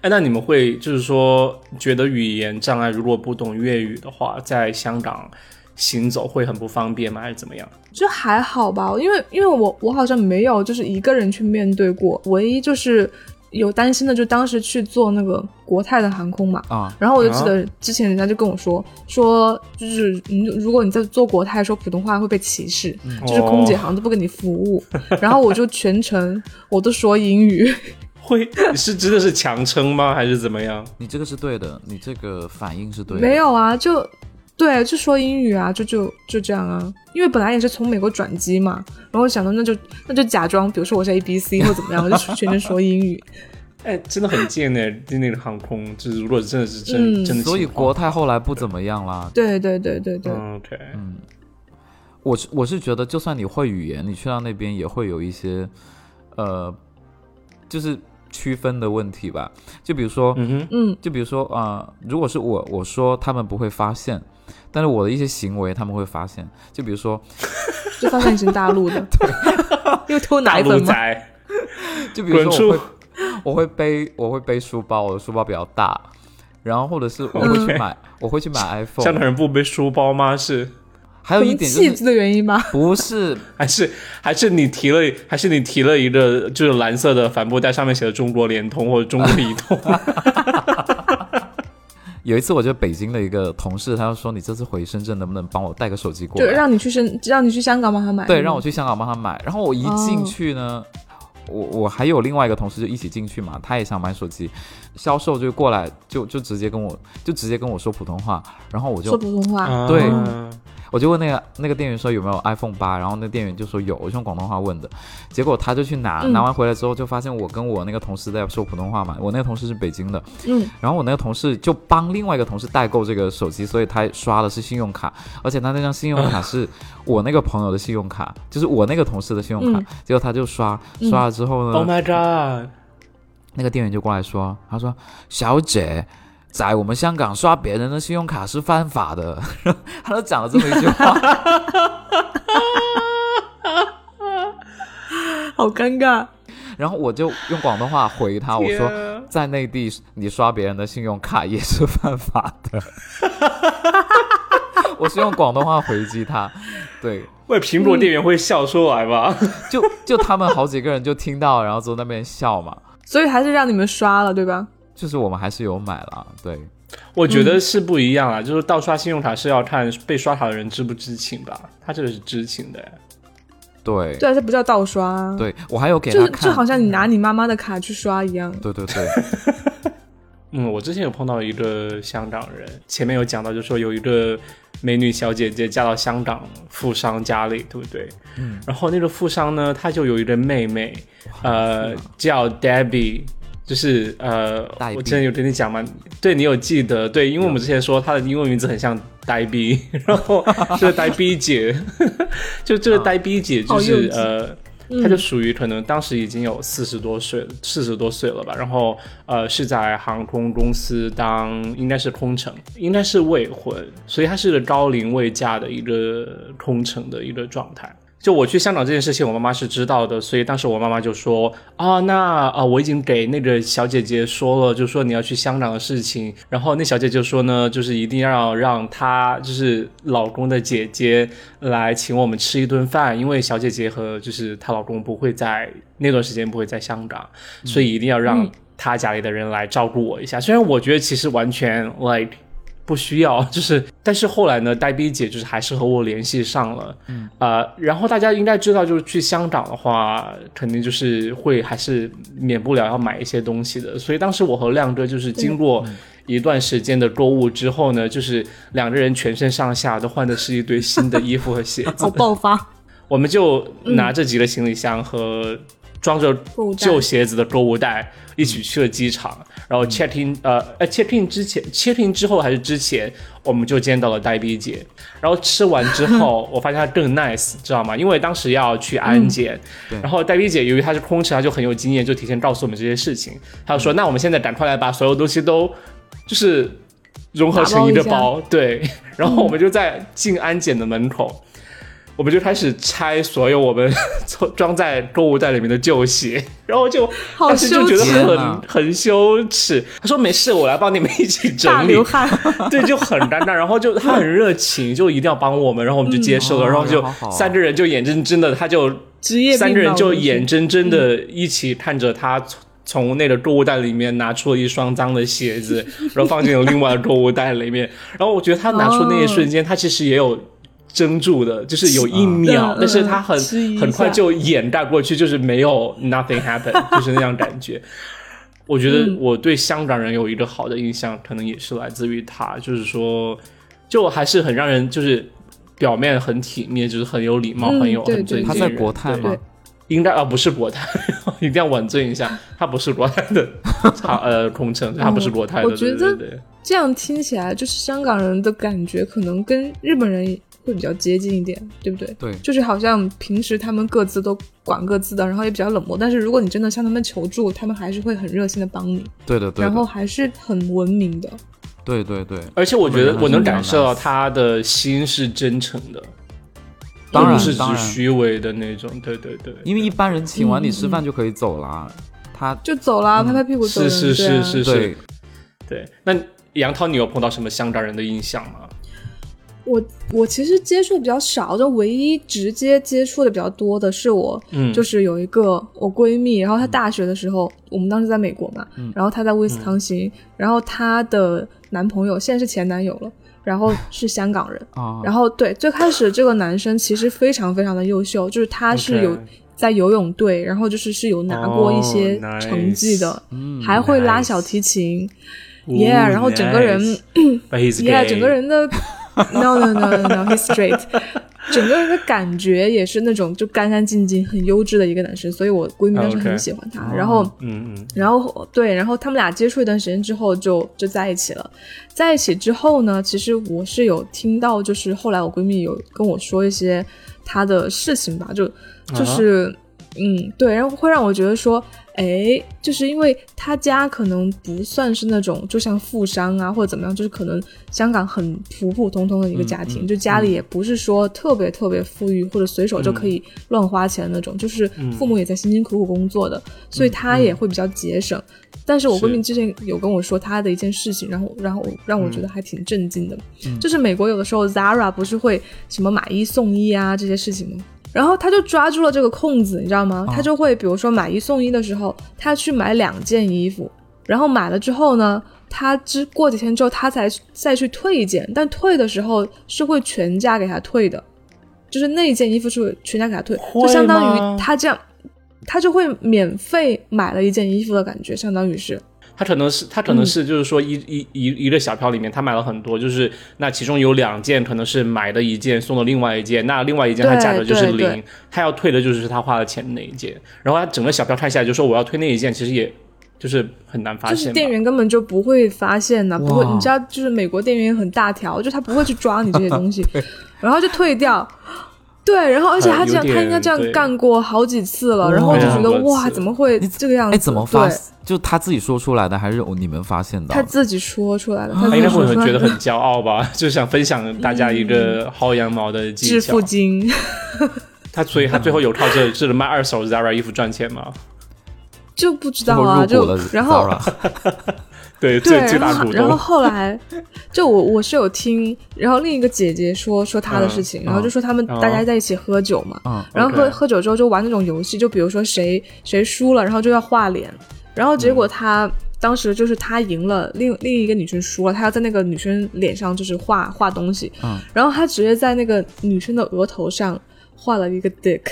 Speaker 2: 哎，那你们会就是说，觉得语言障碍如果不懂粤语的话，在香港行走会很不方便吗？还是怎么样？
Speaker 3: 就还好吧，因为因为我我好像没有就是一个人去面对过，唯一就是有担心的，就当时去坐那个国泰的航空嘛，
Speaker 1: 啊，
Speaker 3: 然后我就记得之前人家就跟我说，说就是你如果你在做国泰说普通话会被歧视，
Speaker 1: 嗯
Speaker 3: 就是空姐
Speaker 2: 哦
Speaker 3: 好像都不给你服务。然后我就全程我都说英语，
Speaker 2: 会是真的是强撑吗？还是怎么样？
Speaker 1: 你这个是对的，你这个反应是对的，
Speaker 3: 没有啊，就对，就说英语啊，就就就这样啊。因为本来也是从美国转机嘛，然后我想到那就那就假装，比如说我是 A B C 或怎么样，我就全程说英语。
Speaker 2: 哎，真的很贱呢、就那个航空，就是如果真的是真、真的
Speaker 3: 嗯
Speaker 2: 情况，
Speaker 1: 所以国泰后来不怎么样啦。
Speaker 3: 对对对对对，
Speaker 2: 嗯 OK，
Speaker 1: 我是我是觉得，就算你会语言，你去到那边也会有一些，呃，就是区分的问题吧。就比如说，
Speaker 2: 嗯哼，
Speaker 3: 嗯
Speaker 1: 就比如说啊、呃如果是我我说他们不会发现，但是我的一些行为他们会发现。就比如说，
Speaker 3: 就发现你是大陆的， (laughs) 又偷
Speaker 2: 大
Speaker 3: 奶
Speaker 2: 陆
Speaker 3: 粉吗？
Speaker 2: 仔，
Speaker 1: 就比如
Speaker 2: 滚
Speaker 1: 说我
Speaker 2: 出
Speaker 1: 会我会背我会背书包，我的书包比较大，然后或者是我会去
Speaker 2: OK
Speaker 1: 买、我会去买 iPhone，
Speaker 2: 香港人不背书包吗？是
Speaker 1: 还有
Speaker 3: 可
Speaker 1: 一
Speaker 3: 能
Speaker 1: 点
Speaker 3: 气
Speaker 1: 就
Speaker 3: 质
Speaker 1: 是
Speaker 3: 的原因吧。
Speaker 1: 不是
Speaker 2: 还是还是你提了还是你提了一个就是蓝色的帆布袋，上面写的中国联通或者中国移动，
Speaker 1: 有一次，我觉得北京的一个同事，他就说：“你这次回深圳能不能帮我带个手机过
Speaker 3: 就
Speaker 1: 来？”
Speaker 3: 让你去深，让你去香港帮他买。
Speaker 1: 对，让我去香港帮他买。然后我一进
Speaker 3: 哦
Speaker 1: 去呢，我我还有另外一个同事就一起进去嘛，他也想买手机，销售就过来就就直接跟我就直接跟我说普通话，然后我
Speaker 3: 说
Speaker 1: 就
Speaker 3: 普通话。
Speaker 2: 啊
Speaker 1: 对我就问那个那个店员说有没有 iPhone 八，然后那店员就说有，我就用广东话问的，结果他就去拿，
Speaker 3: 嗯
Speaker 1: 拿完回来之后就发现我跟我那个同事在说普通话嘛，我那个同事是北京的，
Speaker 3: 嗯，
Speaker 1: 然后我那个同事就帮另外一个同事代购这个手机，所以他刷的是信用卡，而且他那张信用卡是我那个朋友的信用卡，就是我那个同事的信用卡
Speaker 3: 嗯。
Speaker 1: 结果他就刷刷了之后呢，
Speaker 2: ，Oh my god，
Speaker 1: 那个店员就过来说，他说：“小姐，在我们香港刷别人的信用卡是犯法的。” (laughs) 他都讲了这么一句话，
Speaker 3: 好尴尬。
Speaker 1: 然后我就用广东话回他，我说。
Speaker 3: 啊
Speaker 2: 天
Speaker 1: 在内地，你刷别人的信用卡也是犯法的。 (laughs) 我是用广东话回击他，对，
Speaker 2: 喂，苹果店员会笑出来吧？
Speaker 1: 就就他们好几个人就听到，然后坐那边笑嘛。
Speaker 3: 所以还是让你们刷了，对吧？
Speaker 1: 就是我们还是有买了，对，
Speaker 2: (laughs) 我觉得是不一样啊，就是盗刷信用卡是要看被刷卡的人知不知情吧，他这个是知情的，
Speaker 1: 对，
Speaker 3: 对啊，这不叫盗刷啊。，
Speaker 1: 对我还有给
Speaker 3: 就
Speaker 1: 他
Speaker 3: 是就
Speaker 1: 看，
Speaker 3: 好像你拿你妈妈的卡去刷一样。
Speaker 1: 对对对，
Speaker 2: 嗯，我之前有碰到一个香港人，前面有讲到，就说有一个美女小姐姐嫁到香港富商家里，对不对？嗯。然后那个富商呢，他就有一个妹妹，呃，叫 Debbie，就是呃
Speaker 1: 黛，
Speaker 2: 我
Speaker 1: 碧
Speaker 2: 之前有跟你讲嘛，对你有记得？对，因为我们之前说她的英文名字很像呆 (laughs) 逼，然后这个呆逼姐，就这个呆逼姐就
Speaker 3: 好幼
Speaker 2: 是、
Speaker 3: 稚
Speaker 2: 呃。他就属于可能当时已经有四十多岁，四十多岁了吧，然后呃是在航空公司当应该是空乘，应该是未婚，所以他是个高龄未嫁的一个空乘的一个状态。就我去香港这件事情，我妈妈是知道的，所以当时我妈妈就说啊，那啊我已经给那个小姐姐说了，就说你要去香港的事情，然后那小姐就说呢，就是一定要让她就是老公的姐姐来请我们吃一顿饭，因为小姐姐和就是她老公不会在那段时间不会在香港，所以一定要让她家里的人来照顾我一下。虽然我觉得其实完全 like。不需要，就是，但是后来呢，呆逼姐就是还是和我联系上了，嗯，呃，然后大家应该知道，就是去香港的话，肯定就是会还是免不了要买一些东西的，所以当时我和亮哥就是经过一段时间的购物之后呢，就是两个人全身上下都换的是一堆新的衣服和鞋子
Speaker 6: 好，爆发，嗯
Speaker 2: 我们就拿着几个行李箱和装着
Speaker 3: 购物袋嗯
Speaker 2: 旧鞋子的购物袋一起去了机场，然后 check in，呃呃 check in 之前，check in 之后还是之前，我们就见到了呆逼姐，然后吃完之
Speaker 3: (laughs)
Speaker 2: 后，我发现她更 nice，知道吗？因为当时要去安
Speaker 3: 嗯
Speaker 2: 检，
Speaker 1: 对
Speaker 2: 然后呆逼姐由于她是空乘，她就很有经验，就提前告诉我们这些事情，她就
Speaker 3: 嗯
Speaker 2: 说：“那我们现在赶快来把所有东西都就是融合成一个
Speaker 3: 打
Speaker 2: 包，对。然后我们就在进安检的门口，我们就开始拆所有我们 (laughs) 装装在购物袋里面的旧鞋， (laughs) 然后就
Speaker 3: 好
Speaker 2: 当时就觉
Speaker 1: 羞
Speaker 2: 得
Speaker 1: 耻天
Speaker 2: 很
Speaker 1: 哪
Speaker 2: 很羞耻。他说没事，我来帮你们一起
Speaker 6: 大
Speaker 2: 整理
Speaker 6: 流。汗，
Speaker 2: (laughs) 对，就很尴尬。然后就 (laughs) 他很热情，就一定要帮我们，然后我们就接受了。
Speaker 1: 哦
Speaker 2: 然后就
Speaker 1: 好好
Speaker 2: 三个人就眼睁睁的，他就
Speaker 3: (laughs) 职业病吧
Speaker 2: 三个人就眼
Speaker 3: 我
Speaker 2: 睁睁的一起看着他从从那个购物袋里面拿出了一双脏的鞋
Speaker 3: (laughs)
Speaker 2: 子，然后放进了另外的购物袋里面。然后我觉得他拿出那一瞬间，他其实也有。怔住的，就是有一秒，
Speaker 3: 嗯
Speaker 2: 但是他很
Speaker 3: 迟疑一下
Speaker 2: 很快就掩盖过去，就是没
Speaker 3: (laughs)
Speaker 2: 有 nothing happen，就是那样感觉。我觉
Speaker 3: 嗯
Speaker 2: 得我对香港人有一个好的印象，可能也是来自于他，就是说，就还是很让人就是表面很体面，就是很有礼貌，
Speaker 3: 嗯
Speaker 2: 很有
Speaker 3: 对
Speaker 2: 很尊
Speaker 3: 对
Speaker 2: 敬
Speaker 1: 他
Speaker 2: 人。
Speaker 1: 在国泰吗
Speaker 2: 对？应该啊、不是国泰， (laughs) 一定要稳正一下，他不是国泰
Speaker 3: (laughs)
Speaker 2: 的，他呃空乘，他不是国泰的。
Speaker 3: 哦我觉得
Speaker 2: 对对对
Speaker 3: 这样听起来，就是香港人的感觉可能跟日本人会比较接近一点，对不对？
Speaker 1: 对
Speaker 3: 就是好像平时他们各自都管各自的，然后也比较冷漠。但是如果你真的向他们求助，他们还是会很热心的帮你，
Speaker 1: 对的，对
Speaker 3: 然后
Speaker 1: 的，
Speaker 3: 还是很文明的。
Speaker 1: 对对对，
Speaker 2: 而且我觉得我能
Speaker 1: 嗯
Speaker 2: 感受到他的心是真诚的，
Speaker 1: 当
Speaker 2: 不
Speaker 1: 然
Speaker 2: 是只
Speaker 1: 当
Speaker 2: 是
Speaker 1: 然，
Speaker 2: 虚伪的那种。对对对，
Speaker 1: 因为一般人请完你吃饭就可以走了，他
Speaker 3: 就走啦，拍拍屁股走
Speaker 2: 是是
Speaker 3: 人。对
Speaker 2: 是
Speaker 3: 啊
Speaker 2: 嗯是
Speaker 1: 对
Speaker 2: 是，对。那杨涛，你有碰到什么香港人的印象吗？
Speaker 3: 我我其实接触比较少，就唯一直接接触的比较多的是我，
Speaker 2: 嗯
Speaker 3: 就是有一个我闺蜜，然后她大学的时候，我们当时在美国嘛，
Speaker 2: 嗯
Speaker 3: 然后她在威斯康星，然后她的男朋友现在是前男友了，
Speaker 2: (laughs)
Speaker 3: 然后是香港人，
Speaker 1: 啊，
Speaker 2: 哦
Speaker 3: 然后对，最开始这个男生其实非常非常的优秀，就是他是
Speaker 2: OK
Speaker 3: 有在游泳队，然后就是是有拿过一些
Speaker 2: 哦
Speaker 3: 成绩的
Speaker 2: nice
Speaker 1: 嗯
Speaker 3: 还会拉小提琴。Yeah，然后整个人 (clears throat)
Speaker 2: But he's
Speaker 3: Yeah，
Speaker 2: gay
Speaker 3: 整个人的 (laughs) No No No No No，he's straight，整个人的感觉也是那种就干干净净、很优质的一个男生，所以我闺蜜当时
Speaker 2: OK
Speaker 3: 很喜欢他。然后，
Speaker 2: 嗯嗯
Speaker 3: 然后对，然后他们俩接触一段时间之后就就在一起了。在一起之后呢，其实我是有听到，就是后来我闺蜜有跟我说一些她的事情吧，就就是、嗯，对，然后会让我觉得说，哎，就是因为她家可能不算是那种就像富商啊或者怎么样，就是可能香港很普普通通的一个家庭，就家里也不是说特别特别富裕或者随手就可以乱花钱那种，就是父母也在辛辛苦苦工作的，所以她也会比较节省。但是我闺蜜
Speaker 2: 是
Speaker 3: 之前有跟我说她的一件事情，然后然后让我觉得还挺震惊的，就是美国有的时候 Zara 不是会什么买一送一啊这些事情吗？然后她就抓住了这个空子，你知道吗？她就会比如说买一送一的时候，她去买两件衣服，然后买了之后呢，她之过几天之后她才再去退一件，但退的时候是会全价给她退的，就是那一件衣服是会全价给她退，
Speaker 2: 会
Speaker 3: 就相当
Speaker 2: 吗
Speaker 3: 于她这样，她就会免费买了一件衣服的感觉，相当于是。
Speaker 2: 他可能是他可能
Speaker 3: 嗯
Speaker 2: 是就是说一、一一一个小票里面他买了很多，就是那其中有两件可能是买的一件送了另外一件，那另外一件他
Speaker 3: 对
Speaker 2: 价格就是
Speaker 3: 对
Speaker 2: 零
Speaker 3: 对，
Speaker 2: 他要退的就是他花了钱的那一件，然后他整个小票看下来就说我要退那一件，其实也就是很难发
Speaker 3: 就
Speaker 2: 现
Speaker 3: 是
Speaker 2: 吧。
Speaker 3: 店员根本就不会发现呐、不会，你知道，
Speaker 2: (laughs)
Speaker 3: 就是美国店员也很大条，就他不会去抓你这些东西，然后就退掉。对，然后而且他这样，
Speaker 2: 呃有点
Speaker 3: 他应该这样
Speaker 2: 对
Speaker 3: 干过好几次了，
Speaker 1: 哇
Speaker 3: 然后我就觉得
Speaker 2: 很多
Speaker 3: 哇，
Speaker 2: 次
Speaker 3: 怎么会
Speaker 1: 你
Speaker 3: 这个样子？
Speaker 1: 哎，怎么发
Speaker 3: 对？
Speaker 1: 就他自己说出来的，还是你们发现的？
Speaker 3: 他自己说出来了，他
Speaker 2: 他
Speaker 3: 自
Speaker 2: 应该
Speaker 3: 己
Speaker 2: 会
Speaker 3: 说出
Speaker 2: 很
Speaker 3: 来
Speaker 2: 觉得
Speaker 3: 的
Speaker 2: 很骄傲
Speaker 3: (laughs)
Speaker 2: 吧，就想分享大家一个薅羊毛的技
Speaker 3: 致
Speaker 2: 巧
Speaker 3: 富。经。 (laughs)
Speaker 2: 他所以他最后有靠这这卖二手 Zara 衣服赚钱吗？
Speaker 3: 就不知
Speaker 1: 这
Speaker 3: 道
Speaker 1: 么
Speaker 3: 啊，
Speaker 1: 入
Speaker 3: 就
Speaker 1: 股了
Speaker 3: 然后
Speaker 1: Zara
Speaker 2: 对，
Speaker 3: 对，
Speaker 2: 最最
Speaker 3: 然
Speaker 2: 大
Speaker 3: 后
Speaker 2: 股
Speaker 3: 然后
Speaker 2: 东。
Speaker 3: 后来，就我我是有听，然后另一个姐姐说说她的事情，
Speaker 2: 嗯
Speaker 3: 然后就说他们
Speaker 2: 嗯
Speaker 3: 大家在一起喝酒嘛，
Speaker 1: 嗯
Speaker 3: 然后喝
Speaker 2: OK
Speaker 3: 喝酒之后就玩那种游戏，就比如说谁谁输了，然后就要画脸，然后结果她当时就是她赢了，另另一个女生输了，她要在那个女生脸上就是画画东西，
Speaker 1: 嗯
Speaker 3: 然后她直接在那个女生的额头上画了一个 dick，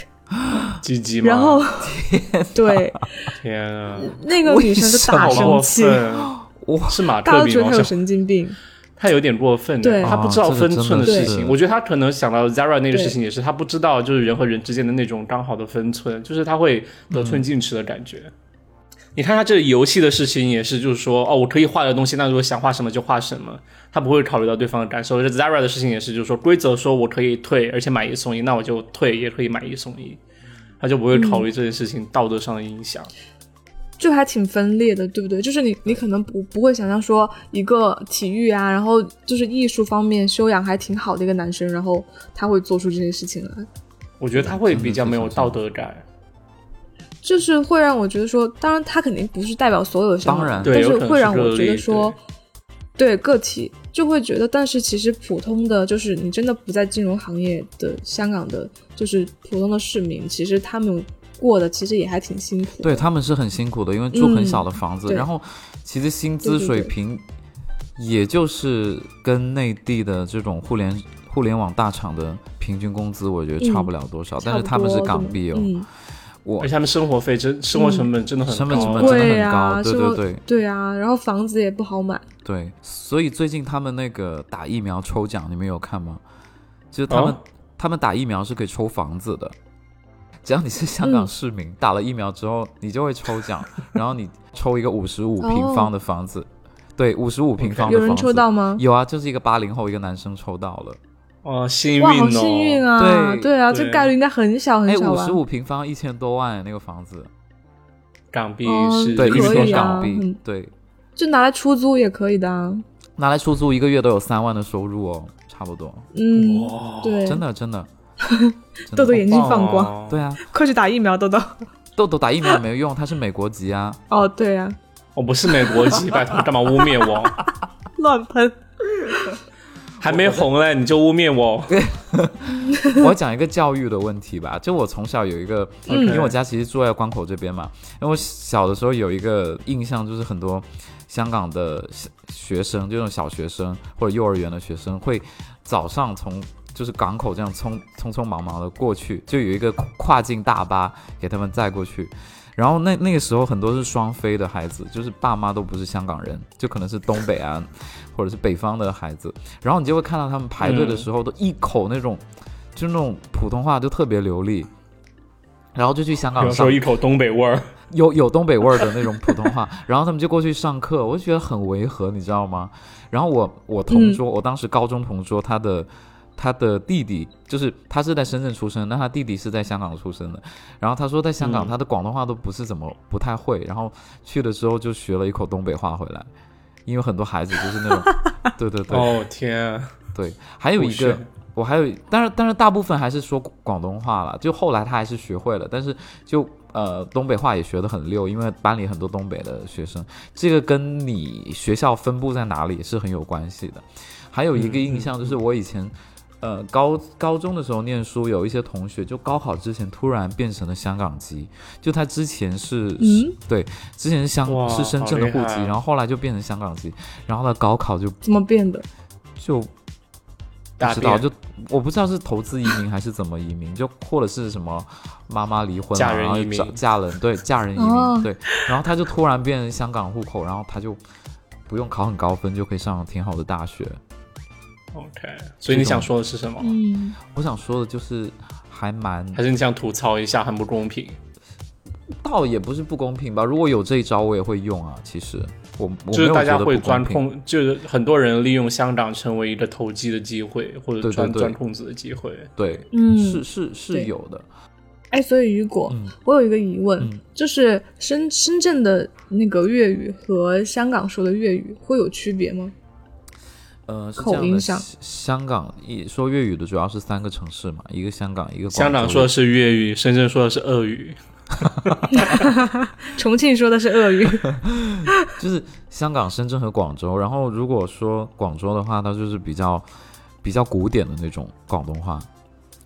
Speaker 2: 鸡鸡吗？
Speaker 3: 然后对
Speaker 2: 天啊，
Speaker 3: 那个女生就
Speaker 2: 好
Speaker 3: 大
Speaker 2: 过
Speaker 3: 生气。
Speaker 2: 分！
Speaker 1: 哇
Speaker 2: 是马
Speaker 3: 大家
Speaker 2: 克
Speaker 3: 都
Speaker 2: 笔
Speaker 3: 觉
Speaker 2: 吗？好
Speaker 3: 得他有
Speaker 2: 像
Speaker 3: 神经病，
Speaker 2: 他有点过分欸，
Speaker 3: 对
Speaker 2: 他不知道分寸的事
Speaker 1: 啊这个真
Speaker 2: 情。
Speaker 1: 的是
Speaker 2: 我觉得他可能想到 Zara 那个事情也是，他不知道就是人和人之间的那种刚好的分寸，就是他会得寸进尺的感觉。你看他这个游戏的事情也是，就是说哦，我可以画的东西，那如果想画什么就画什么，他不会考虑到对方的感受。而且 Zara 的事情也是，就是说规则说我可以退，而且买一送一，那我就退，也可以买一送一，他就不会考虑这件事情道德上的影响。
Speaker 3: 就还挺分裂的，对不对？就是你，你可能不不会想象说一个体育啊，然后就是艺术方面修养还挺好的一个男生，然后他会做出这些事情来，
Speaker 2: 我觉得他会比较没有道德感。
Speaker 3: 嗯就是会让我觉得说，当然他肯定不是代表所有的想法，
Speaker 1: 当然
Speaker 2: 对
Speaker 3: 但
Speaker 2: 有
Speaker 3: 是
Speaker 2: 可能
Speaker 3: 会
Speaker 2: 是
Speaker 3: 让
Speaker 2: 个
Speaker 3: 我
Speaker 2: 例
Speaker 3: 觉得
Speaker 2: 对
Speaker 3: 说，对个体就会觉得，但是其实普通的就是你真的不在金融行业的香港的，就是普通的市民，其实他们过得其实也还挺辛苦的，
Speaker 1: 对他们是很辛苦的，因为住很小的房子，
Speaker 3: 嗯对
Speaker 1: 然后其实薪资
Speaker 3: 对对对
Speaker 1: 水平也就是跟内地的这种互联互联网大厂的平均工资，我觉得差不了多少。但
Speaker 3: 嗯差
Speaker 1: 是
Speaker 3: 不
Speaker 1: 他们
Speaker 3: 多
Speaker 1: 是港币哦，
Speaker 3: 嗯
Speaker 1: 我
Speaker 2: 而且他们生活费真生活成本真的很高，
Speaker 1: 生活成本真的
Speaker 3: 贵
Speaker 1: 很高
Speaker 3: 啊，
Speaker 1: 对
Speaker 3: 是
Speaker 1: 对
Speaker 3: 吗
Speaker 1: 对
Speaker 3: 对啊，然后房子也不好买，
Speaker 1: 对，所以最近他们那个打疫苗抽奖，你们有看吗？就是他们、
Speaker 2: 哦
Speaker 1: 他们打疫苗是可以抽房子的，只要你是香港
Speaker 3: 嗯
Speaker 1: 市民，打了疫苗之后你就会抽
Speaker 3: (laughs)
Speaker 1: 奖，然后你抽一个五十五平方的房子，对，五十五平方的
Speaker 3: 哦有
Speaker 1: 房子。
Speaker 3: 人抽到吗？
Speaker 1: 有啊，就是一个八零后一个男生抽到了，
Speaker 2: 哇，幸运哦！
Speaker 3: 哇，好幸运啊！
Speaker 1: 对
Speaker 3: 对啊，
Speaker 2: 对
Speaker 3: 这概率应该很小很
Speaker 1: 哎，
Speaker 3: 小
Speaker 1: 五
Speaker 3: 哦吧
Speaker 1: 十？五平方一千多万那个房子，
Speaker 2: 港币
Speaker 3: 哦
Speaker 2: 是
Speaker 1: 对，一
Speaker 2: 一
Speaker 3: 可
Speaker 1: 千
Speaker 2: 千
Speaker 3: 以啊
Speaker 1: 港币，
Speaker 3: 嗯
Speaker 1: 对，
Speaker 3: 就拿来出租也可以的啊。
Speaker 1: 拿来出租一个月都有三万的收入哦，差不多，
Speaker 3: 嗯，
Speaker 2: 哇，
Speaker 3: 对，
Speaker 1: 哦真的真
Speaker 3: (laughs)
Speaker 1: 的。真的
Speaker 3: 豆豆眼睛
Speaker 2: 好棒
Speaker 3: 放
Speaker 2: 哦
Speaker 3: 光，，
Speaker 1: 对啊，
Speaker 3: 快去打疫苗，豆豆。
Speaker 1: 豆豆打疫苗也没有用，他是美国籍啊。
Speaker 3: (laughs) 哦，对啊，
Speaker 2: 我不是美国
Speaker 3: (laughs)
Speaker 2: 籍，拜托，干嘛污蔑我？
Speaker 3: 乱喷。
Speaker 2: 还没红嘞，你就污蔑我？
Speaker 1: (laughs) 我讲一个教育的问题吧，就我从小有一个，
Speaker 2: 嗯
Speaker 1: 因为我家其实住在关口这边嘛，因为我小的时候有一个印象，就是很多香港的小学生，就那种小学生或者幼儿园的学生，会早上从就是港口这样匆匆匆忙忙的过去，就有一个跨境大巴给他们载过去。然后那那个时候很多是双非的孩子，就是爸妈都不是香港人，就可能是东北啊，或者是北方的孩子。然后你就会看到他们排队的时候都一口那种，就那种普通话就特别流利，然后就去香
Speaker 2: 有
Speaker 1: 港
Speaker 2: 时
Speaker 1: 上
Speaker 2: 候一口东北味儿，
Speaker 1: 有有东北味儿的那种普通话， (laughs) 然后他们就过去上课，我就觉得很违和，你知道吗？然后我我同桌，我当时高中同桌，他的他的弟弟就是他是在深圳出生，那他弟弟是在香港出生的，然后他说在香港
Speaker 2: 嗯
Speaker 1: 他的广东话都不是怎么不太会，然后去了之后就学了一口东北话回来，因为很多孩子就是那
Speaker 2: (laughs)
Speaker 1: 种，对对对、
Speaker 2: 哦天啊，
Speaker 1: 对，还有一个
Speaker 2: 不是。
Speaker 1: 我还有，但是但是大部分还是说广东话了，就后来他还是学会了，但是就呃东北话也学得很溜，因为班里很多东北的学生，这个跟你学校分布在哪里是很有关系的。还有一个印象就是我以前。呃，高高中的时候念书，有一些同学就高考之前突然变成了香港籍，就他之前是，
Speaker 3: 嗯
Speaker 1: 对，之前是香
Speaker 2: 哇
Speaker 1: 是深圳的户
Speaker 2: 好厉
Speaker 1: 籍，
Speaker 2: 害啊
Speaker 1: 然后后来就变成香港籍，然后他高考就
Speaker 3: 怎么变的？
Speaker 1: 就
Speaker 2: 大
Speaker 1: 不知道，
Speaker 2: 便
Speaker 1: 就我不知道是投资移民还是怎么移民， (laughs) 就或者是什么妈妈离婚、啊，
Speaker 2: 嫁人
Speaker 1: 然后
Speaker 2: 移民
Speaker 1: 找嫁人，对，嫁人移民，
Speaker 3: 哦
Speaker 1: 对，然后他就突然变成香港户口，然后他就不用考很高分就可以上挺好的大学。
Speaker 2: OK。所以你想说的是什么？
Speaker 3: 嗯，
Speaker 1: 我想说的就是，还蛮
Speaker 2: 还是你想吐槽一下很不公平？
Speaker 1: 倒也不是不公平吧，如果有这一招我也会用啊，其实我我没
Speaker 2: 就是
Speaker 1: 有
Speaker 2: 大
Speaker 1: 觉
Speaker 2: 家
Speaker 1: 得
Speaker 2: 会
Speaker 1: 不公
Speaker 2: 钻
Speaker 1: 平。
Speaker 2: 空，就是很多人利用香港成为一个投机的机会，或者
Speaker 1: 对对
Speaker 2: 钻
Speaker 1: 对
Speaker 2: 钻空子的机会。
Speaker 1: 对，
Speaker 3: 嗯
Speaker 1: 是是是
Speaker 3: 对
Speaker 1: 有的。
Speaker 3: 哎，所以雨果，
Speaker 1: 嗯
Speaker 3: 我有一个疑问，
Speaker 1: 嗯
Speaker 3: 就是深深圳的那个粤语和香港说的粤语会有区别吗？
Speaker 1: 呃，是
Speaker 3: 口
Speaker 1: 这样
Speaker 3: 音
Speaker 1: 的
Speaker 3: 上
Speaker 1: 香香港一说粤语的主要是三个城市嘛，一个香港，一个
Speaker 2: 香港
Speaker 1: 广州
Speaker 2: 说的是粤语，深圳说的是鄂语。
Speaker 3: 重庆说的是粤语，
Speaker 1: 就是香港、深圳和广州。然后如果说广州的话，它就是比较比较古典的那种广东话，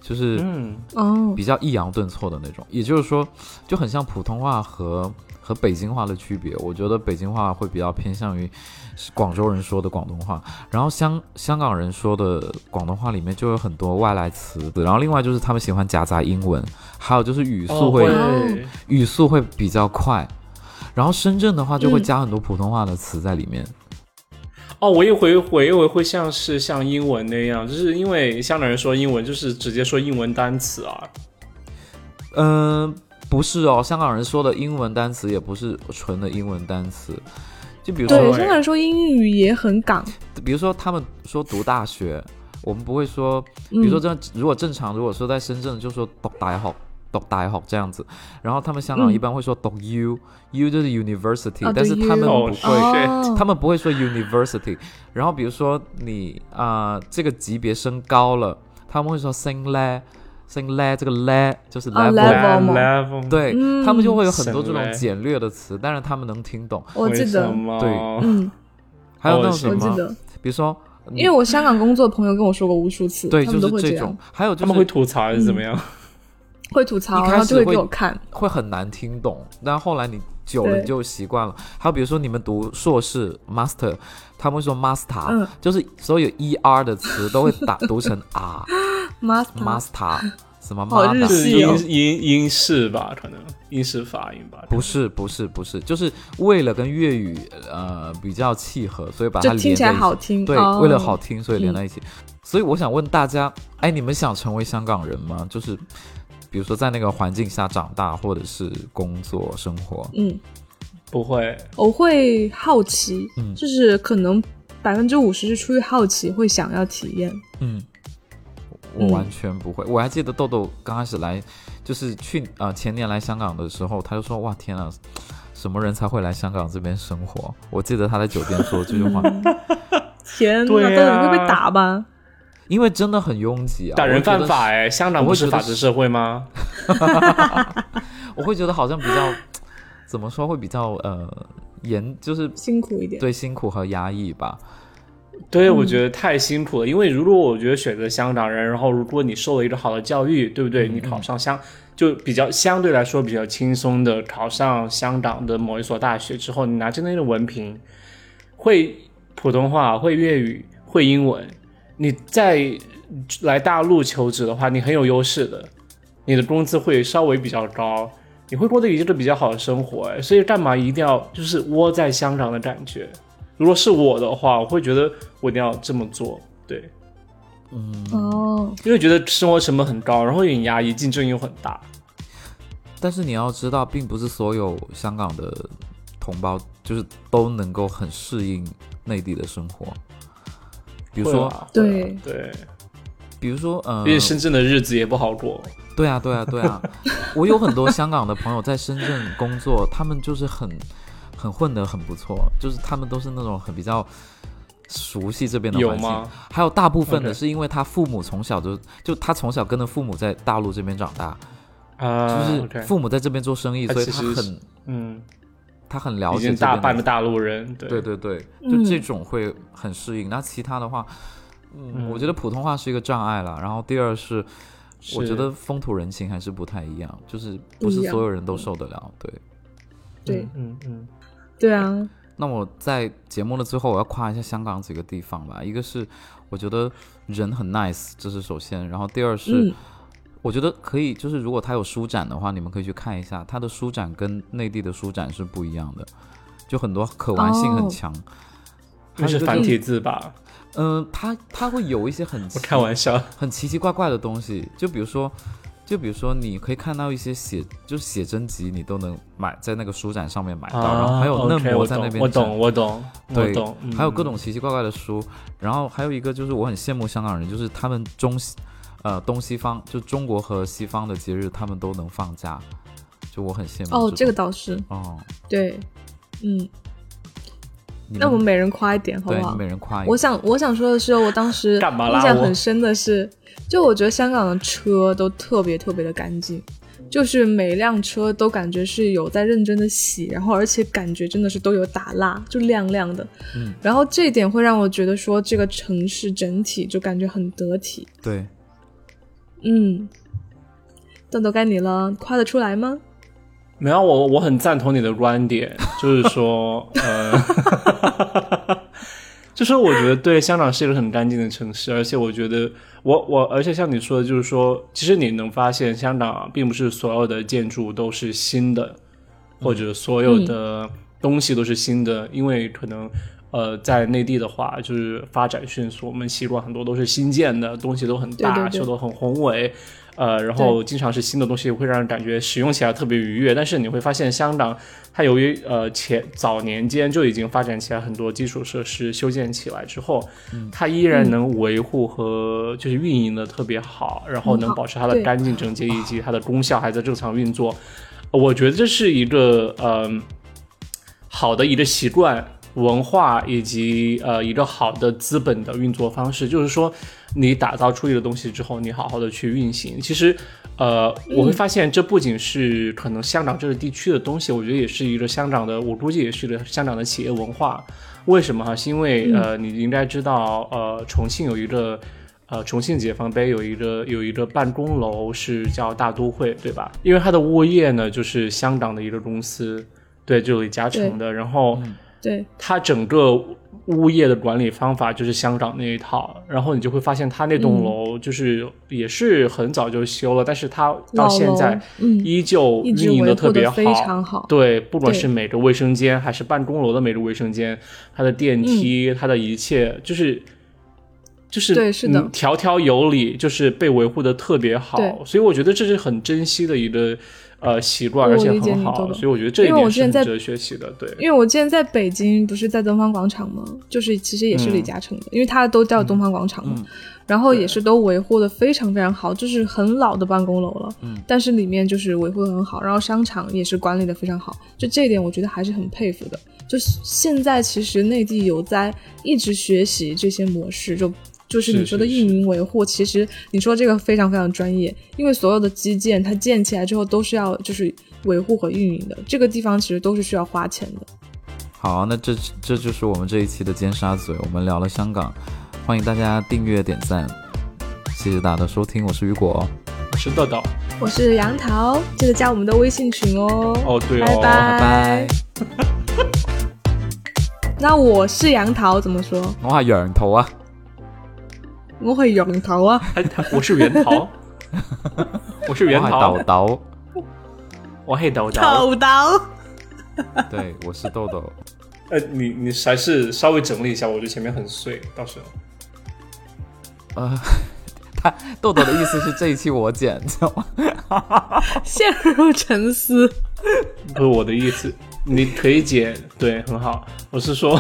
Speaker 1: 就是
Speaker 2: 嗯，
Speaker 3: (laughs) 哦，
Speaker 1: 比较抑扬顿挫的那种。也就是说，就很像普通话和和北京话的区别。我觉得北京话会比较偏向于是广州人说的广东话，然后香香港人说的广东话里面就有很多外来词，然后另外就是他们喜欢夹杂英文，还有就是语速会、
Speaker 2: 哦
Speaker 1: 语速会比较快。然后深圳的话就会
Speaker 3: 嗯
Speaker 1: 加很多普通话的词在里面，
Speaker 2: 哦，我一回我以为会像是像英文那样，就是因为香港人说英文就是直接说英文单词啊。
Speaker 1: 嗯，不是哦，香港人说的英文单词也不是纯的英文单词，就比如
Speaker 3: 对，
Speaker 1: 说，
Speaker 3: 香港人说英语也很港，
Speaker 1: 比如说他们说读大学，我们不会说，比
Speaker 3: 嗯
Speaker 1: 如说这样，如果正常，如果说在深圳就说读大学。读大学这样子，然后他们香港
Speaker 3: 嗯
Speaker 1: 一般会说读 U，U、就是 university，、
Speaker 3: 哦
Speaker 1: 但是
Speaker 3: 读 U
Speaker 1: 他们
Speaker 2: 哦
Speaker 1: 不
Speaker 2: 是
Speaker 1: 会，
Speaker 3: 哦
Speaker 1: 他们不会说 university。然后比如说你啊、这个级别升高了，他们会说升嘞，升嘞，这个嘞就是
Speaker 3: 哦
Speaker 1: level，、
Speaker 3: level 嘛
Speaker 2: level，，
Speaker 1: 对、
Speaker 3: 嗯
Speaker 1: 他们就会有很多这
Speaker 2: 省
Speaker 1: 种
Speaker 2: 略
Speaker 1: 简略的词，但是他们能听懂。
Speaker 3: 我记得，
Speaker 2: 对，
Speaker 3: 嗯，
Speaker 1: 还有那种
Speaker 2: 哦
Speaker 1: 什
Speaker 3: 我
Speaker 1: 么，嗯
Speaker 3: 记得，
Speaker 1: 比如说，
Speaker 3: 因为我香港工作的朋友跟我说过无数次，
Speaker 1: 对，
Speaker 3: 他
Speaker 1: 就
Speaker 3: 们都会
Speaker 1: 是
Speaker 3: 这
Speaker 1: 这
Speaker 3: 样
Speaker 1: 种，，还有
Speaker 2: 他
Speaker 1: 就是
Speaker 2: 们会吐槽还是怎么样？
Speaker 3: 会吐槽，
Speaker 1: 一
Speaker 3: 然
Speaker 1: 开
Speaker 3: 后
Speaker 1: 始
Speaker 3: 就会
Speaker 1: 会
Speaker 3: 给我看，
Speaker 1: 会很难听懂，但后来你久了
Speaker 3: 对
Speaker 1: 你就习惯了。还有比如说你们读硕士 master，他们会说 master，、
Speaker 3: 嗯
Speaker 1: 就是所有 e r 的词都会打读成
Speaker 3: (laughs)
Speaker 1: r
Speaker 3: master，
Speaker 1: master 什么
Speaker 3: 好日
Speaker 1: master，
Speaker 2: 是
Speaker 3: 是哦
Speaker 2: 英英英式吧，可能英式发音吧。
Speaker 1: 不是不是不是，就是为了跟粤语呃比较契合，所以把它
Speaker 3: 就
Speaker 1: 连在
Speaker 3: 听起来好
Speaker 1: 一起。
Speaker 3: 听，
Speaker 1: 对，
Speaker 3: 哦嗯
Speaker 1: 为了好，听，所以连在一起。所以我想问大家，哎，你们想成为香港人吗？就是比如说在那个环境下长大，或者是工作生活，
Speaker 3: 嗯，
Speaker 2: 不会，
Speaker 3: 我会好奇，
Speaker 1: 嗯
Speaker 3: 就是可能百分之五十是出于好奇，会想要体验。
Speaker 1: 嗯，
Speaker 3: 嗯
Speaker 1: 我完全不会。我还记得豆豆刚开始来，就是去啊、呃前年来香港的时候，他就说：“哇，天啊，什么人才会来香港这边生活？”我记得他在酒店说这句
Speaker 3: (laughs)
Speaker 1: 话，
Speaker 3: 天呐，
Speaker 2: 对
Speaker 3: 豆豆
Speaker 2: 啊
Speaker 3: 你会被打吧？
Speaker 1: 因为真的很拥挤啊，
Speaker 2: 打人犯
Speaker 1: 我
Speaker 2: 法哎，香港不是法治社会吗？
Speaker 1: 会觉得，我会觉得好像比
Speaker 3: (laughs)
Speaker 1: 较怎么说会比较呃严，就是
Speaker 3: 辛苦一点。
Speaker 1: 对辛苦和压抑吧。
Speaker 2: 对，我觉得太辛苦了。因为如果我觉得选择香港人，然后如果你受了一个好的教育，对不对？你考上香就比较相对来说比较轻松的考上香港的某一所大学之后，你拿着那个文凭，会普通话，会粤语，会英文，你再来大陆求职的话，你很有优势的，你的工资会稍微比较高。你会过得一个比较好的生活，哎所以干嘛一定要就是窝在香港的感觉？如果是我的话，我会觉得我一定要这么做，对，
Speaker 3: 哦，
Speaker 2: 因为觉得生活成本很高，然后也很压抑，竞争又很大。
Speaker 1: 但是你要知道，并不是所有香港的同胞就是都能够很适应内地的生活。比
Speaker 2: 比
Speaker 1: 如
Speaker 3: 啊
Speaker 1: 说，
Speaker 3: 对
Speaker 2: 对，
Speaker 1: 比如说，呃
Speaker 2: 毕，竟深圳的日子也不好过。
Speaker 1: 对啊，对啊，对
Speaker 2: (laughs)
Speaker 1: 啊，我有很多香港的朋友在深圳工作，他们就是很很混得很不错，就是他们都是那种很比较熟悉这边的
Speaker 2: 有
Speaker 1: 环境
Speaker 2: 吗。
Speaker 1: 还有大部分的
Speaker 2: OK
Speaker 1: 是因为他父母从小就就他从小跟着父母在大陆这边长大，
Speaker 2: 啊，
Speaker 1: 就
Speaker 2: OK
Speaker 1: 是父母在这边做生意，
Speaker 2: 他
Speaker 1: 所以
Speaker 2: 其
Speaker 1: 他
Speaker 2: 实
Speaker 1: 很
Speaker 2: 嗯，
Speaker 1: 他很了
Speaker 2: 已
Speaker 1: 解
Speaker 2: 经
Speaker 1: 这
Speaker 2: 大
Speaker 1: 边
Speaker 2: 半
Speaker 1: 的
Speaker 2: 个大陆人，对
Speaker 1: 对对对，
Speaker 3: 嗯
Speaker 1: 就这种会很适应。那其他的话，嗯，
Speaker 2: 嗯
Speaker 1: 我觉得普通话是一个障碍了。然后第二是，我
Speaker 2: 是
Speaker 1: 觉得风土人情还是不太一样，就是
Speaker 3: 不
Speaker 1: 不
Speaker 3: 一
Speaker 1: 是
Speaker 3: 样
Speaker 1: 所有人都受得了。对，
Speaker 3: 对
Speaker 2: 嗯嗯，
Speaker 3: 对啊，
Speaker 1: 那我在节目的最后，我要夸一下香港几个地方吧。一个是我觉得人很 nice，这是首先。然后第二是，
Speaker 3: 嗯
Speaker 1: 我觉得可以，就是如果它有书展的话，你们可以去看一下，它的书展跟内地的书展是不一样的，就很多可玩性很
Speaker 3: 哦
Speaker 1: 强。
Speaker 2: 那
Speaker 1: 还有
Speaker 2: 是
Speaker 1: 一个
Speaker 2: 繁
Speaker 1: 就
Speaker 2: 体字吧？
Speaker 1: 嗯，它它会有一些很
Speaker 2: 我开玩笑，
Speaker 1: 很奇奇怪怪的东西，就比如说，就比如说，你可以看到一些写，就是写真集，你都能买在那个书展上面买到，
Speaker 2: 啊
Speaker 1: 然后还有嫩
Speaker 2: OK，
Speaker 1: 模
Speaker 2: 我
Speaker 1: 在那
Speaker 2: 懂
Speaker 1: 边
Speaker 2: 我
Speaker 1: 展
Speaker 2: 懂，我懂，我
Speaker 1: 对
Speaker 2: 懂，嗯
Speaker 1: 还有各种奇奇怪怪的书，然后还有一个就是我很羡慕香港人，就是他们中西，呃，东西方就中国和西方的节日他们都能放假，就我很羡慕
Speaker 3: 哦，这个
Speaker 1: 种
Speaker 3: 倒是
Speaker 1: 哦，
Speaker 3: 对，嗯，
Speaker 1: 你
Speaker 3: 那我
Speaker 1: 们
Speaker 3: 们每人夸一点好
Speaker 1: 对
Speaker 3: 不
Speaker 1: 你
Speaker 3: 好
Speaker 1: 每？人夸一
Speaker 3: 我
Speaker 1: 个，
Speaker 3: 想我想说的是，我当
Speaker 2: 嗯
Speaker 3: 时
Speaker 2: 干嘛拉
Speaker 3: 印象
Speaker 2: 我
Speaker 3: 很深的是，就我觉得香港的车都特别特别的干净，就是每一辆车都感觉是有在认真的洗，然后而且感觉真的是都有打蜡，就亮亮的。
Speaker 1: 嗯
Speaker 3: 然后这一点会让我觉得说这个城市整体就感觉很得体。
Speaker 1: 对，
Speaker 3: 嗯，豆豆该你了，夸得出来吗？
Speaker 2: 没有，我我很赞同你的观点，就是
Speaker 1: (laughs)
Speaker 2: 说，呃，就是我觉得对香港是一个很干净的城市，而且我觉得我我，而且像你说的，就是说，其实你能发现香港啊并不是所有的建筑都是新的，
Speaker 3: 嗯
Speaker 2: 或者所有的东西都是新的，因为可能。呃，在内地的话，就是发展迅速，我们习惯很多都是新建的东西都很大，
Speaker 3: 对对对
Speaker 2: 修得很宏伟，呃，然后经常是新的东西会让人感觉使用起来特别愉悦，但是你会发现香港它由于呃前早年间就已经发展起来很多基础设施修建起来之后，它依然能维护和就是运营的特别好，然后能保持它的
Speaker 3: 对
Speaker 2: 干净整洁以及它的功效还在正常运作，我觉得这是一个嗯、好的一个习惯、文化以及呃一个好的资本的运作方式，就是说你打造出一个东西之后，你好好的去运行。其实，呃，我会发现这不仅是可能香港这个地区的东西，我觉得也是一个香港的，我估计也是一个香港的企业文化。为什么哈？是因为
Speaker 3: 嗯
Speaker 2: 呃，你应该知道，呃，重庆有一个。呃，重庆解放碑有一个有一个办公楼是叫大都会，对吧？因为它的物业呢，就是香港的一个公司，对，就李嘉诚的。然后
Speaker 3: 嗯对，
Speaker 2: 它整个物业的管理方法就是香港那一套，然后你就会发现它那栋
Speaker 3: 嗯
Speaker 2: 楼就是也是很早就修了，但是它到
Speaker 3: 老
Speaker 2: 现在
Speaker 3: 楼嗯
Speaker 2: 依旧
Speaker 3: 一直
Speaker 2: 运营
Speaker 3: 维
Speaker 2: 得
Speaker 3: 护
Speaker 2: 特别
Speaker 3: 得非常
Speaker 2: 好
Speaker 3: 好。
Speaker 2: 对，不管
Speaker 3: 对
Speaker 2: 是每个卫生间，还是办公楼的每个卫生间，它的
Speaker 3: 嗯
Speaker 2: 电梯，它的一切，就是就是
Speaker 3: 对是的
Speaker 2: 嗯条条有理，就是被维护的特别好
Speaker 3: 对。
Speaker 2: 所以我觉得这是很珍惜的一个呃习惯，
Speaker 3: 我
Speaker 2: 而且
Speaker 3: 理解
Speaker 2: 很
Speaker 3: 你
Speaker 2: 好。
Speaker 3: 豆豆
Speaker 2: 所以我觉得这一
Speaker 3: 因为我
Speaker 2: 点
Speaker 3: 之
Speaker 2: 是
Speaker 3: 前
Speaker 2: 很
Speaker 3: 在
Speaker 2: 值得学习的。对，
Speaker 3: 因为我之前在北京，不是在东方广场吗？就是其实也
Speaker 2: 嗯
Speaker 3: 是李嘉诚的，因为它都叫东方广场嘛，然后也是都维护的非常非常好，就是很老的办公楼了，
Speaker 1: 嗯
Speaker 3: 但是里面就是维护的很好，然后商场也是管理的非常好，就这一点我觉得还是很佩服的。就是现在其实内地有在一直学习这些模式，就。就是
Speaker 2: 是
Speaker 3: 你说的
Speaker 2: 是
Speaker 3: 运营维护，其实你说这个非常非常专业，因为所有的基建它建起来之后都是要就是维护和运营的，这个地方其实都是需要花钱的。
Speaker 1: 好，那这这就是我们这一期的尖沙咀，我们聊了香港，欢迎大家订阅点赞，谢谢大家的收听，我是雨果，
Speaker 2: 我是豆豆。
Speaker 3: 我是杨桃，记得加我们的微信群哦。
Speaker 2: 哦，对哦，
Speaker 3: 拜
Speaker 1: 拜拜。
Speaker 3: 那我是杨桃，怎么说？
Speaker 1: 我係羊肚啊！
Speaker 3: 我会杨桃啊。
Speaker 2: 哎他我是袁桃，我是袁
Speaker 1: 我係豆
Speaker 2: 桃，
Speaker 1: 豆，
Speaker 2: 我黑豆豆。
Speaker 3: 桃。
Speaker 1: 对，我是豆豆。
Speaker 2: 呃，你你还是稍微整理一下，我觉得前面很碎，到时候。
Speaker 1: 呃， (laughs) 他豆豆的意思是这一期我剪，你知道吗？
Speaker 3: (laughs) 陷入沉思。嗯
Speaker 2: 不呃是我的意思，你可以剪，对，很好。我是说，